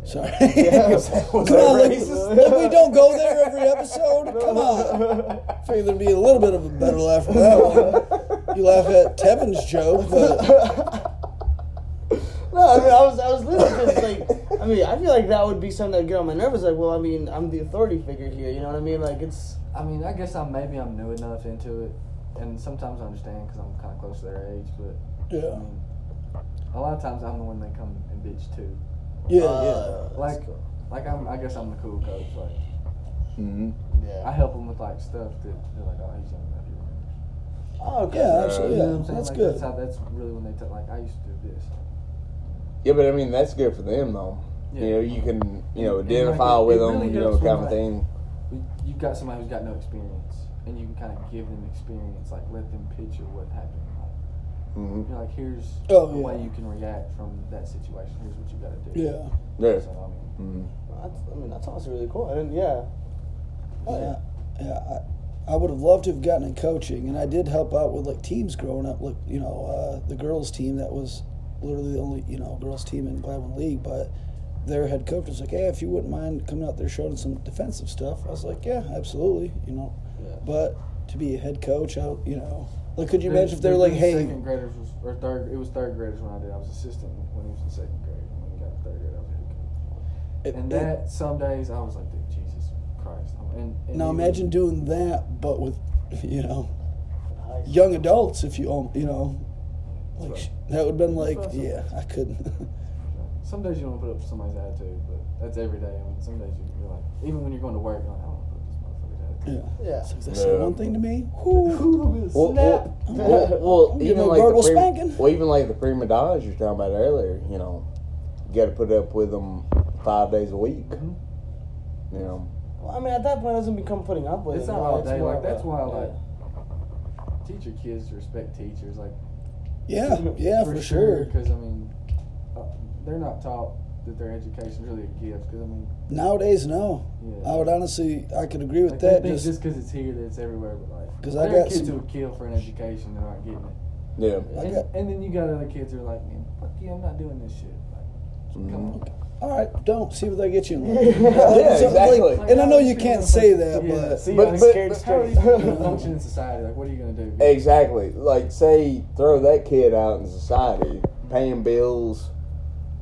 Sorry. Yeah, was that- was Come on, that like, racist? like, we don't go there every episode. Come on. I figured there'd be a little bit of a better laugh for that one. You laugh at Tevin's joke, but No, I mean I was I was literally just like I mean I feel like that would be something that would get on my nerves. Like, well, I mean I'm the authority figure here. You know what I mean? Like it's I mean, I guess I'm maybe I'm new enough into it, and sometimes I understand because I'm kind of close to their age. But I yeah, mean, a lot of times I'm the one they come and bitch to. yeah, yeah. uh, Like, like I'm, I guess I'm the cool coach. Like, Mhm. I yeah. help them with like stuff that they're like, oh, he's young enough. he remembers." Oh, okay. Yeah, absolutely. You know what I'm Yeah, saying? that's like, good. That's how. That's really when they tell. Like, I used to do this. Yeah, but I mean that's good for them though. You know, you can you know identify it- it with really them, you know, helps when, kind of like, thing. We- You've got somebody who's got no experience, and you can kind of give them experience. Like, let them picture what happened. Like, hmm you know, like here's Oh, the yeah. way you can react from that situation. Here's what you got to do. Yeah. Yeah. So, I mean, Mhm. That's, I mean that's honestly really cool. I didn't. Yeah. Oh, Yeah, yeah. I, I would have loved to have gotten in coaching, and I did help out with like teams growing up. Like you know, uh, the girls' team that was literally the only you know girls' team in Gladwin League, but their head coach was like, "Hey, if you wouldn't mind coming out there showing some defensive stuff," I was like, "Yeah, absolutely." You know, Yeah. but to be a head coach, I you know, like, could you Their- imagine if they're their like, good "Hey, second graders was, or third, it was third graders when I did. I was assistant when he was in second grade. When he got to third grade, I was head coach. it- And it- that some days I was like, dude, Jesus Christ. I'm- And, and now even- imagine doing that, but with you know." Nice. young adults if you um, you know like sh that would have been like That's awesome. yeah i couldn't Some days you don't put up with somebody's attitude, but that's every day. I mean, some days you- you're like, even when you're going to work, you're like, I don't want to put up with this motherfucker's attitude. yeah Yeah. so if they said Yeah. one thing to me whew, Well, well, well, well, I'm giving even a like verbal the prima, spanking. well, even like the prima donnas you were talking about earlier, you know, you got to put up with them five days a week. Mhm. You know, Well, I mean at that point it doesn't become putting up with. It's it, not you know, all day. more Like of a- that's why yeah. like teach your kids to respect teachers. Like yeah yeah for, sure, Because I mean, uh, they're not taught that their education's really a gift. Because I mean, nowadays no yeah. i would honestly i could agree with Like, that they think just just because it's here that it's everywhere, but like 'Cause I there are got some- kids who would kill for an education they're not getting it. yeah. I And, got- and then you got other kids who are like, man, fuck you, I'm not doing this shit. Like, come Mhm. on. all right don't see what they get you in life. Yeah, So, like, exactly. and i know you can't say that Yeah. but See, But- I'm but- scared but How are straight. these people function in society? Like, what are you gonna do? Exactly. Like, say, throw that kid out in society, paying bills.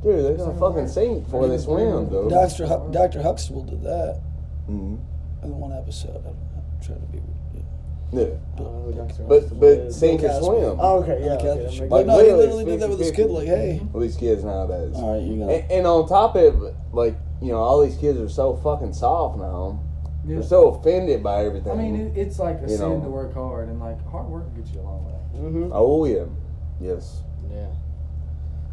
Dude, they're gonna fucking sink for this win, dude. dr Hu- dr huxtable did that Mhm. in one episode i'm, I'm trying to be Yeah. I don't know who Dr. But Oxford but is. sink or Cosby. swim. Oh, okay, yeah. like, Okay, that makes but Like, no he literally, literally it's did that with his 50-50. kid like hey All these kids nowadays. all right you gonna And, and on top of it, like, you know, all these kids are so fucking soft now. Yeah. They're so offended by everything. I mean, it, it's like a You sin know. to work hard, and like hard work will get you a long way. Mm-hmm. oh, yeah. Yes. Yeah.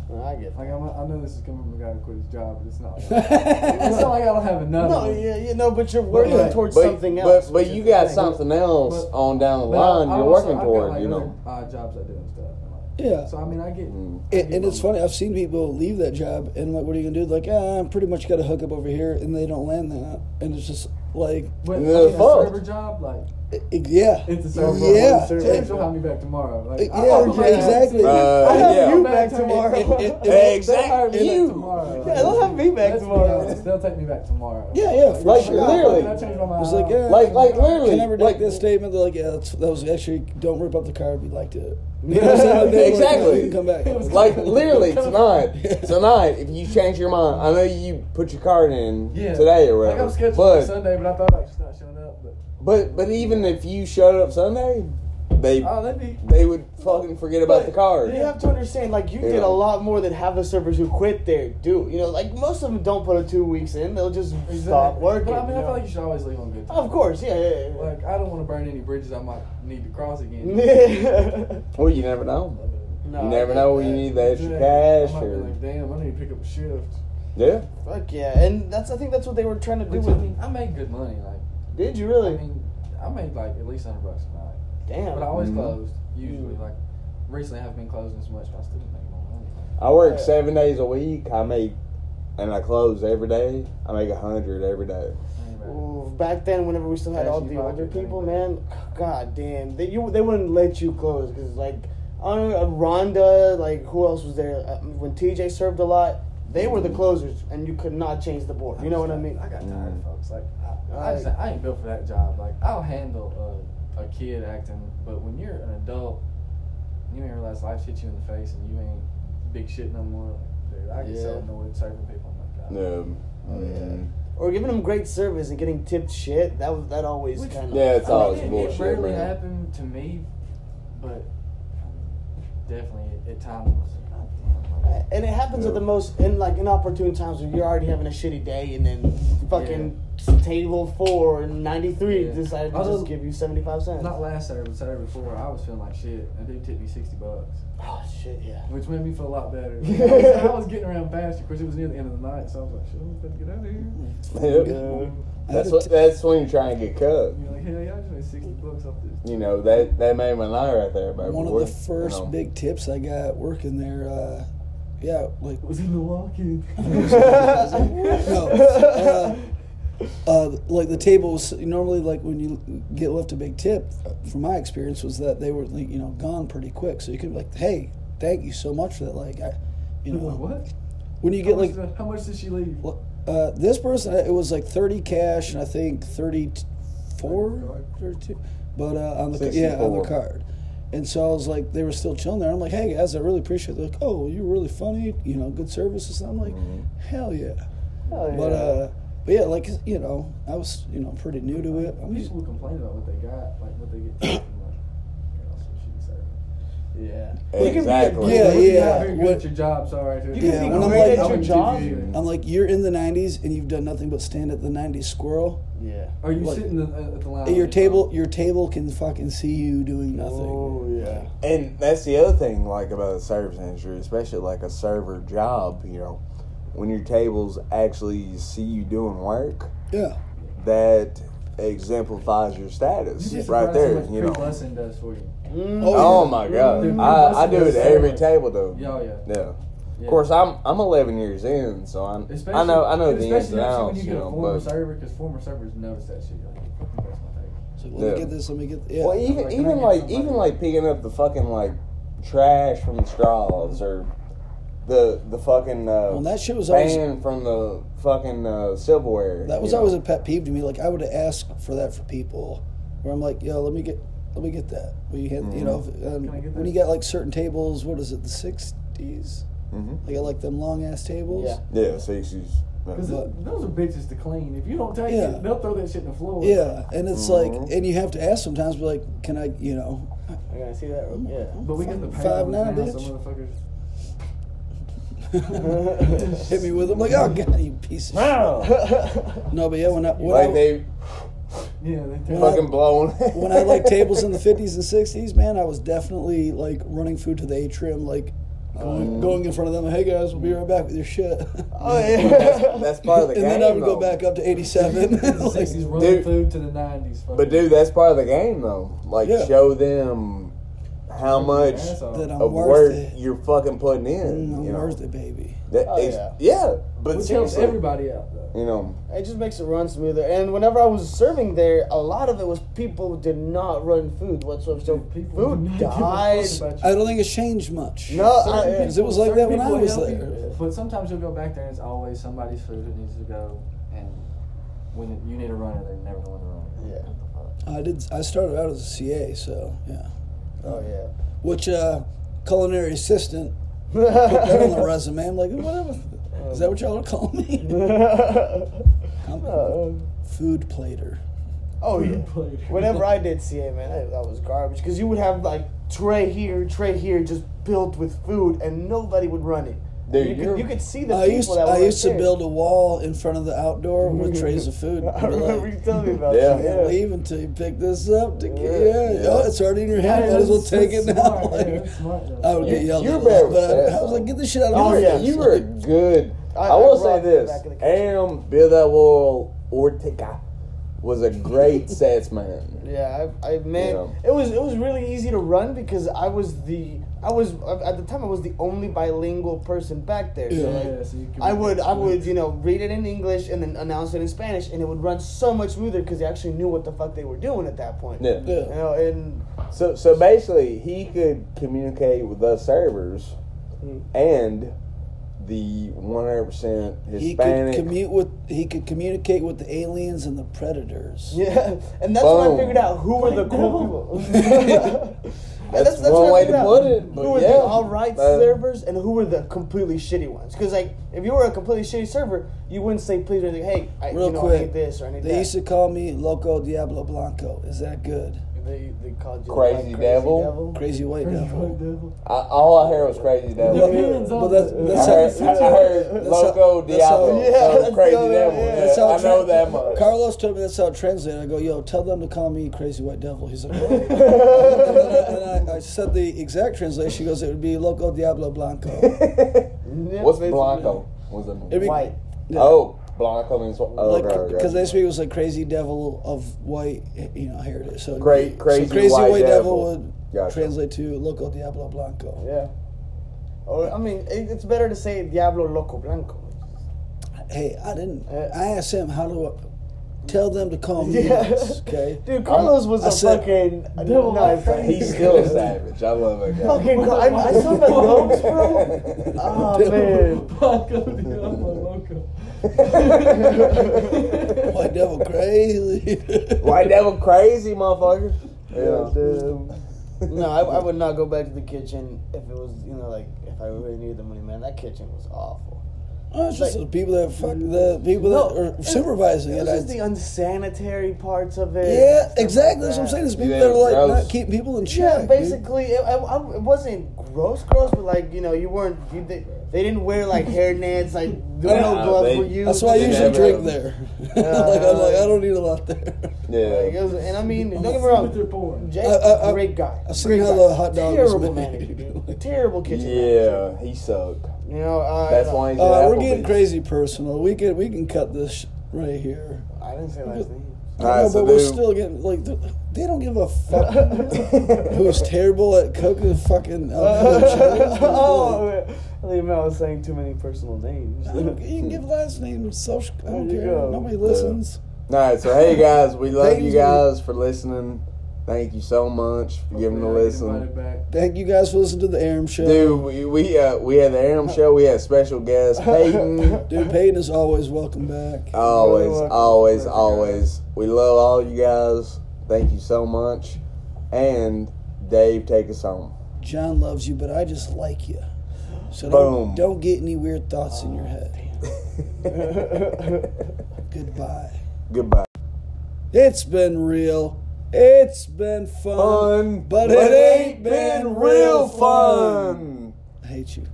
No, I get Like that. I'm, I know this is coming from a guy who quit his job, but it's not. Like, it's not like I don't have enough. No, yeah, yeah, no, but you're working yeah. towards But, something but- else. But, which is you the got thing. something else But- on down the But I- line I you're also- working I've got, toward, like, you other know. odd jobs I do and stuff. and, like, yeah So I mean, I get. Mm. I And, get and it's my- funny. I've seen people leave that job and like, what are you gonna do? Like, ah, I'm pretty much got a hookup over here, and they don't land that. And it's just like, But And I they're mean, a fucked. server job, like i- i- yeah, it's a server. yeah, Like, Terrence will have me back tomorrow. Like, yeah, I- I'll yeah, have- exactly. Uh, I have yeah. you back tomorrow. It- it- it- They'll- Exact- They'll hire me you. back tomorrow. yeah, they'll have me back Let's be tomorrow. honest, They'll take me back tomorrow. yeah, yeah, for Like, sure. literally. I changed my mind. It's like, yeah, Like, like, literally. Can I redact like, this statement? They're like, yeah, that's, that was actually don't rip up the car. We liked it. You know what I'm saying? They were like, Exactly. "Oh, you can Come back. It was Like literally tonight, tonight. If you change your mind, I know you put your card in Yeah. today or Like whatever. I'm scheduled for but Sunday, but I thought I was just not showing up. But but but even if you showed up Sunday, they oh, that'd be they would fucking forget about But the card. You have to understand, like you did Yeah. a lot more than half the servers who quit there do. You know, like most of them don't put a two weeks in; they'll just stop Exactly. working. But I mean, I you know? feel like you should always leave on good time. of course, yeah, yeah, yeah. Like I don't want to burn any bridges I might need to cross again. yeah. Well, you never know. No, you never know when you need the extra cash I might be or like, damn, I need to pick up a shift. yeah. Fuck yeah, and that's I think that's what they were trying to do Which, I with mean, I made good money. Like, Did you really? I mean, I made like at least hundred bucks a night, Damn. Mm. but I always Mhm. closed. Usually, like recently, I haven't been closing as much, but I still didn't make more money. I work Yeah. seven days a week. I make and I close every day. I make a hundred every day. Anyway, Ooh, back then, whenever we still had Cash all in the pocket, older people, anyway. man, god damn, they you they wouldn't let you close because like, I don't know, uh, Rhonda, like who else was there uh, when TJ served a lot? They were the closers, and you could not change the board. You know what I mean? I got tired, Mhm. folks. Like, I, I, just, I ain't built for that job. Like, I'll handle a, a kid acting, but when you're an adult, you ain't realize life's hit you in the face and you ain't big shit no more. Like, dude, I get so Yeah. annoyed serving people. I'm like, God. Um, Oh, yeah. mhm. Or giving them great service and getting tipped shit. That was that always Which- kind of Yeah, it's I mean, always it, bullshit, It rarely man. happened to me, but definitely at, at times. I was like, God damn, like, And it happens at the most in like inopportune times where you're already having a shitty day, and then fucking table four and ninety three Yeah. decided to Also, just give you seventy five cents. Not last Saturday, but Saturday before, I was feeling like shit. and dude tipped me 60 bucks, oh shit, yeah. which made me feel a lot better. Like, I, was, I was getting around faster. Of course, it was near the end of the night, so I was like, shit, I'm about to get out of here. Yep. Yeah. That's what. That's when you try and get cut. You're like, hell yeah, I just made 60 bucks off this. You know that that made my night right there, baby. One of boy. the first You know. big tips I got working there, uh, yeah, like It was in Milwaukee. no, uh, uh, like the table was normally like when you get left a big tip. uh, From my experience, was that they were like, you know gone pretty quick, so you could be like, hey, thank you so much for that. Like, I, you know, Like, what? when you How get much, like did I- how much did she leave? Well, uh, this person, it was like 30 cash and I think 34 or two, but uh, on the yeah on the 64. card. And so I was like, they were still chilling there. I'm like, hey guys, I really appreciate. it. They're like, oh, you're really funny. You know, good services. And I'm like, Mm. Mm-hmm. hell yeah. Hell yeah. But uh, but yeah, like you know, I was you know pretty new to it. I'm just People complain about what they got, like what they get. tipped, and, like, you know, so she decided. Yeah. You can be a Exactly. Yeah, You're yeah. Not very good What- at your job, sorry. You can be great at your job. I'm like, you're in the '90s and you've done nothing but stand at the '90s squirrel. yeah. Are you Like- sitting at at the line? Your table, your table can fucking see you doing nothing. Oh yeah. And that's the other thing, like about the service industry, especially like a server job. You know, when your tables actually see you doing work, Yeah. that exemplifies your status You'd be right surprised there. how much You know. pre-lesson does for you. Mm. Oh, Oh yeah. my god, Dude, I, I do it pre-lesson at is so every much- table though. Yeah, oh, yeah. Yeah. yeah. Of course, I'm I'm 11 years in, so I'm I know I know the ins and outs, Especially when you you get a know. former But server, because former servers notice that shit. You're like, "Fucking waste my table." So let me Yeah. get this. Let me get. Yeah. well, even like, can I even get like somebody- even like picking up the fucking like trash from the straws or the the fucking uh, Well, that shit was always fan from the fucking uh, silverware. that was you know. always a pet peeve to me. Like I would ask for that for people, where I'm like, yo, let me get, let me get that. Well, you, had, you know, if, um, Can I get when that? you got like certain tables, what is it, the '60s? Mhm. Like I like them long ass tables. Yeah. Yeah, sixties. Because But- those are bitches to clean. If you don't take Yeah. it, they'll throw that shit in the floor. Yeah, and it's Mhm. like, and you have to ask sometimes, but like, can I, you know, I gotta see that. Yeah. But we get the Five power now, nine, so bitch. motherfuckers. hit me with them? Like, oh god, you piece of shit. No, but yeah, when I when, like I, they Yeah, they tear Well, fucking blown. when I like tables in the '50s and '60s, man, I was definitely like running food to the atrium, like going, going in front of them. Hey guys, we'll be right back with your shit. oh yeah. that's, that's part of the and game. then I would go though. back up to 87. the Like, 60s run Dude. food to the 90s. fuck. But dude, that's part of the game though. Like Yeah. show them how Fucking much asshole. that I'm of worth work it. you're fucking putting in. Mm, I'm you know? worth it, baby. That Oh, is- yeah. but Which helps seriously, everybody out, though. You know, It just makes it run smoother. And whenever I was serving there, a lot of it was people who did not run food whatsoever. So do food not give a fuck died. about you. I don't think it's changed much. No, I, Certain Because Uh, it was like certain that when I people was help there. you, But sometimes you'll go back there and it's always somebody's food that needs to go, and when it- you need a runner, they're never the one to run. it. Yeah. What I did. I started out as a CA, so yeah. oh yeah. Which uh, culinary assistant put that on the oh, resume. I'm like, whatever. Is that what y'all are calling me? I'm a Oh. food plater. yeah. the fuck? Whenever I did CA, man, I, that was garbage. Because you would have like tray here, tray here, just built with food, and nobody would run it. Dude, you, you're- could, you could see the I people used that were I right used to there. build a wall in front of the outdoor with trays of food. I remember you telling me about Yeah. that. can't leave until you pick this up. To get, yeah, Yeah. Yeah. Oh, it's already in your hand. Might as well take it now. Smart, yeah, Like, that's smart, though. I would get You- yelled you're at, better but with I, that, I was though. like, "Get this shit out You of were, here!" yeah. Oh, you were a good. I, I- will I say rocked the this: back of the kitchen. Am Vidal Ortega was a great stats man. Yeah, I, I man, Yeah. it was it was really easy to run because I was the I was at the time I was the only bilingual person back there. So like, Yeah, so you can I would I would you know read it in English and then announce it in Spanish and it would run so much smoother because they actually knew what the fuck they were doing at that point. Yeah. You know, and So so basically, he could communicate with us servers Hmm. Mm. and the 100 percent He Hispanic. could commute with he could communicate with the aliens and the predators. yeah, and that's when Boom. I figured out who were the Like, cool people. That's one what I way figured to out. put it, but Who were yeah. the all right But- servers and who were the completely shitty ones? Because like, if you were a completely shitty server, you wouldn't say please or like, hey, I, Real you know, quick, I need this or I need They that. used to call me Loco Diablo Blanco. Is that good? they, they called you Crazy like, crazy devil. Crazy white devil. Devil. I, all I heard was crazy devil. Their feelings Well, on that's- the- I that's heard, how- I heard that's how- Loco that's Diablo, how- so Yeah, crazy that's how- devil. yeah. Yeah, I know it that tran- much. Carlos told me that's how it translated. I go, yo, tell them to call me Crazy White Devil. He's like, "Oh." and, then I, and I, I said the exact translation. She goes, it would be Loco Diablo Blanco. Yeah, What's basically. Blanco? What's that mean? It'd be- White. Yeah. Oh, Blanco means oh, Like, right, right, because right. they speak was like crazy devil of white, you know, heritage. So it'd Great- be- crazy so crazy white white, devil. devil, would Gotcha. translate to loco diablo blanco. Yeah. Or I mean, it, it's better to say Diablo Loco Blanco. Hey, I didn't. Uh, I asked him how do I tell them to Oh, call me Yeah. this, okay? Dude, Carlos was I a said- fucking Devil nice Loco. guy. He's still a savage. I love that guy. fucking. I, I saw him at Lowe's, bro. Oh man. Blanco Diablo Loco. White devil crazy. White devil crazy, motherfucker. Yeah, dude. No, I, I would not go back to the kitchen if it was, you know, like if I really needed the money, man. That kitchen was awful. Oh, it's just Like- the people that fuck the people that No, are supervising It it. was I- just the unsanitary parts of it. yeah, stuff like exactly. That's what I'm that. saying. It's people Yeah, that are like gross. not keep people in check. Yeah, dude. basically, it, I, I- it wasn't gross, gross, but like you know, you weren't. You, they, they didn't wear like hairnets, like Yeah, no gloves they- for you. That's why I Yeah, usually bro. drink there. like I'm like I don't need a lot there. Like, Yeah. it was, and I mean, don't Don't get me What they're wrong, born. Jake's I- I- a I- great guy. I've seen Great how guy. the hot dog is terrible made. manager, dude. terrible kitchen. manager. Yeah, he sucked. you know, uh, That's why he's Uh, at we're getting Applebee's. crazy personal. We can we can cut this sh- right here. I didn't say last name. All right, no, so but we're dude- still getting like th- they don't give a fuck who's terrible at cooking fucking. alcohol. oh, I think Mel was saying too many personal names. I don't- you can give last name social. I don't There you care. go. Nobody listens. All right, so hey guys, we love Thank you you. guys for listening. Thank you so much for giving a Hopefully I get listen. invited back. Thank you guys for listening to the Aram Show. Dude, we we, uh, we had the Aram show. We had special guest Peyton. Dude, Peyton is always welcome back. Always, welcome. always, Thank you, always. We love all you guys. Thank you so much. And Dave, take us home. John loves you, but I just like you. So don't, Boom. don't get any weird thoughts in your head. Goodbye. Goodbye. It's been real. It's been fun. Fun, But it ain't been real fun. I hate you.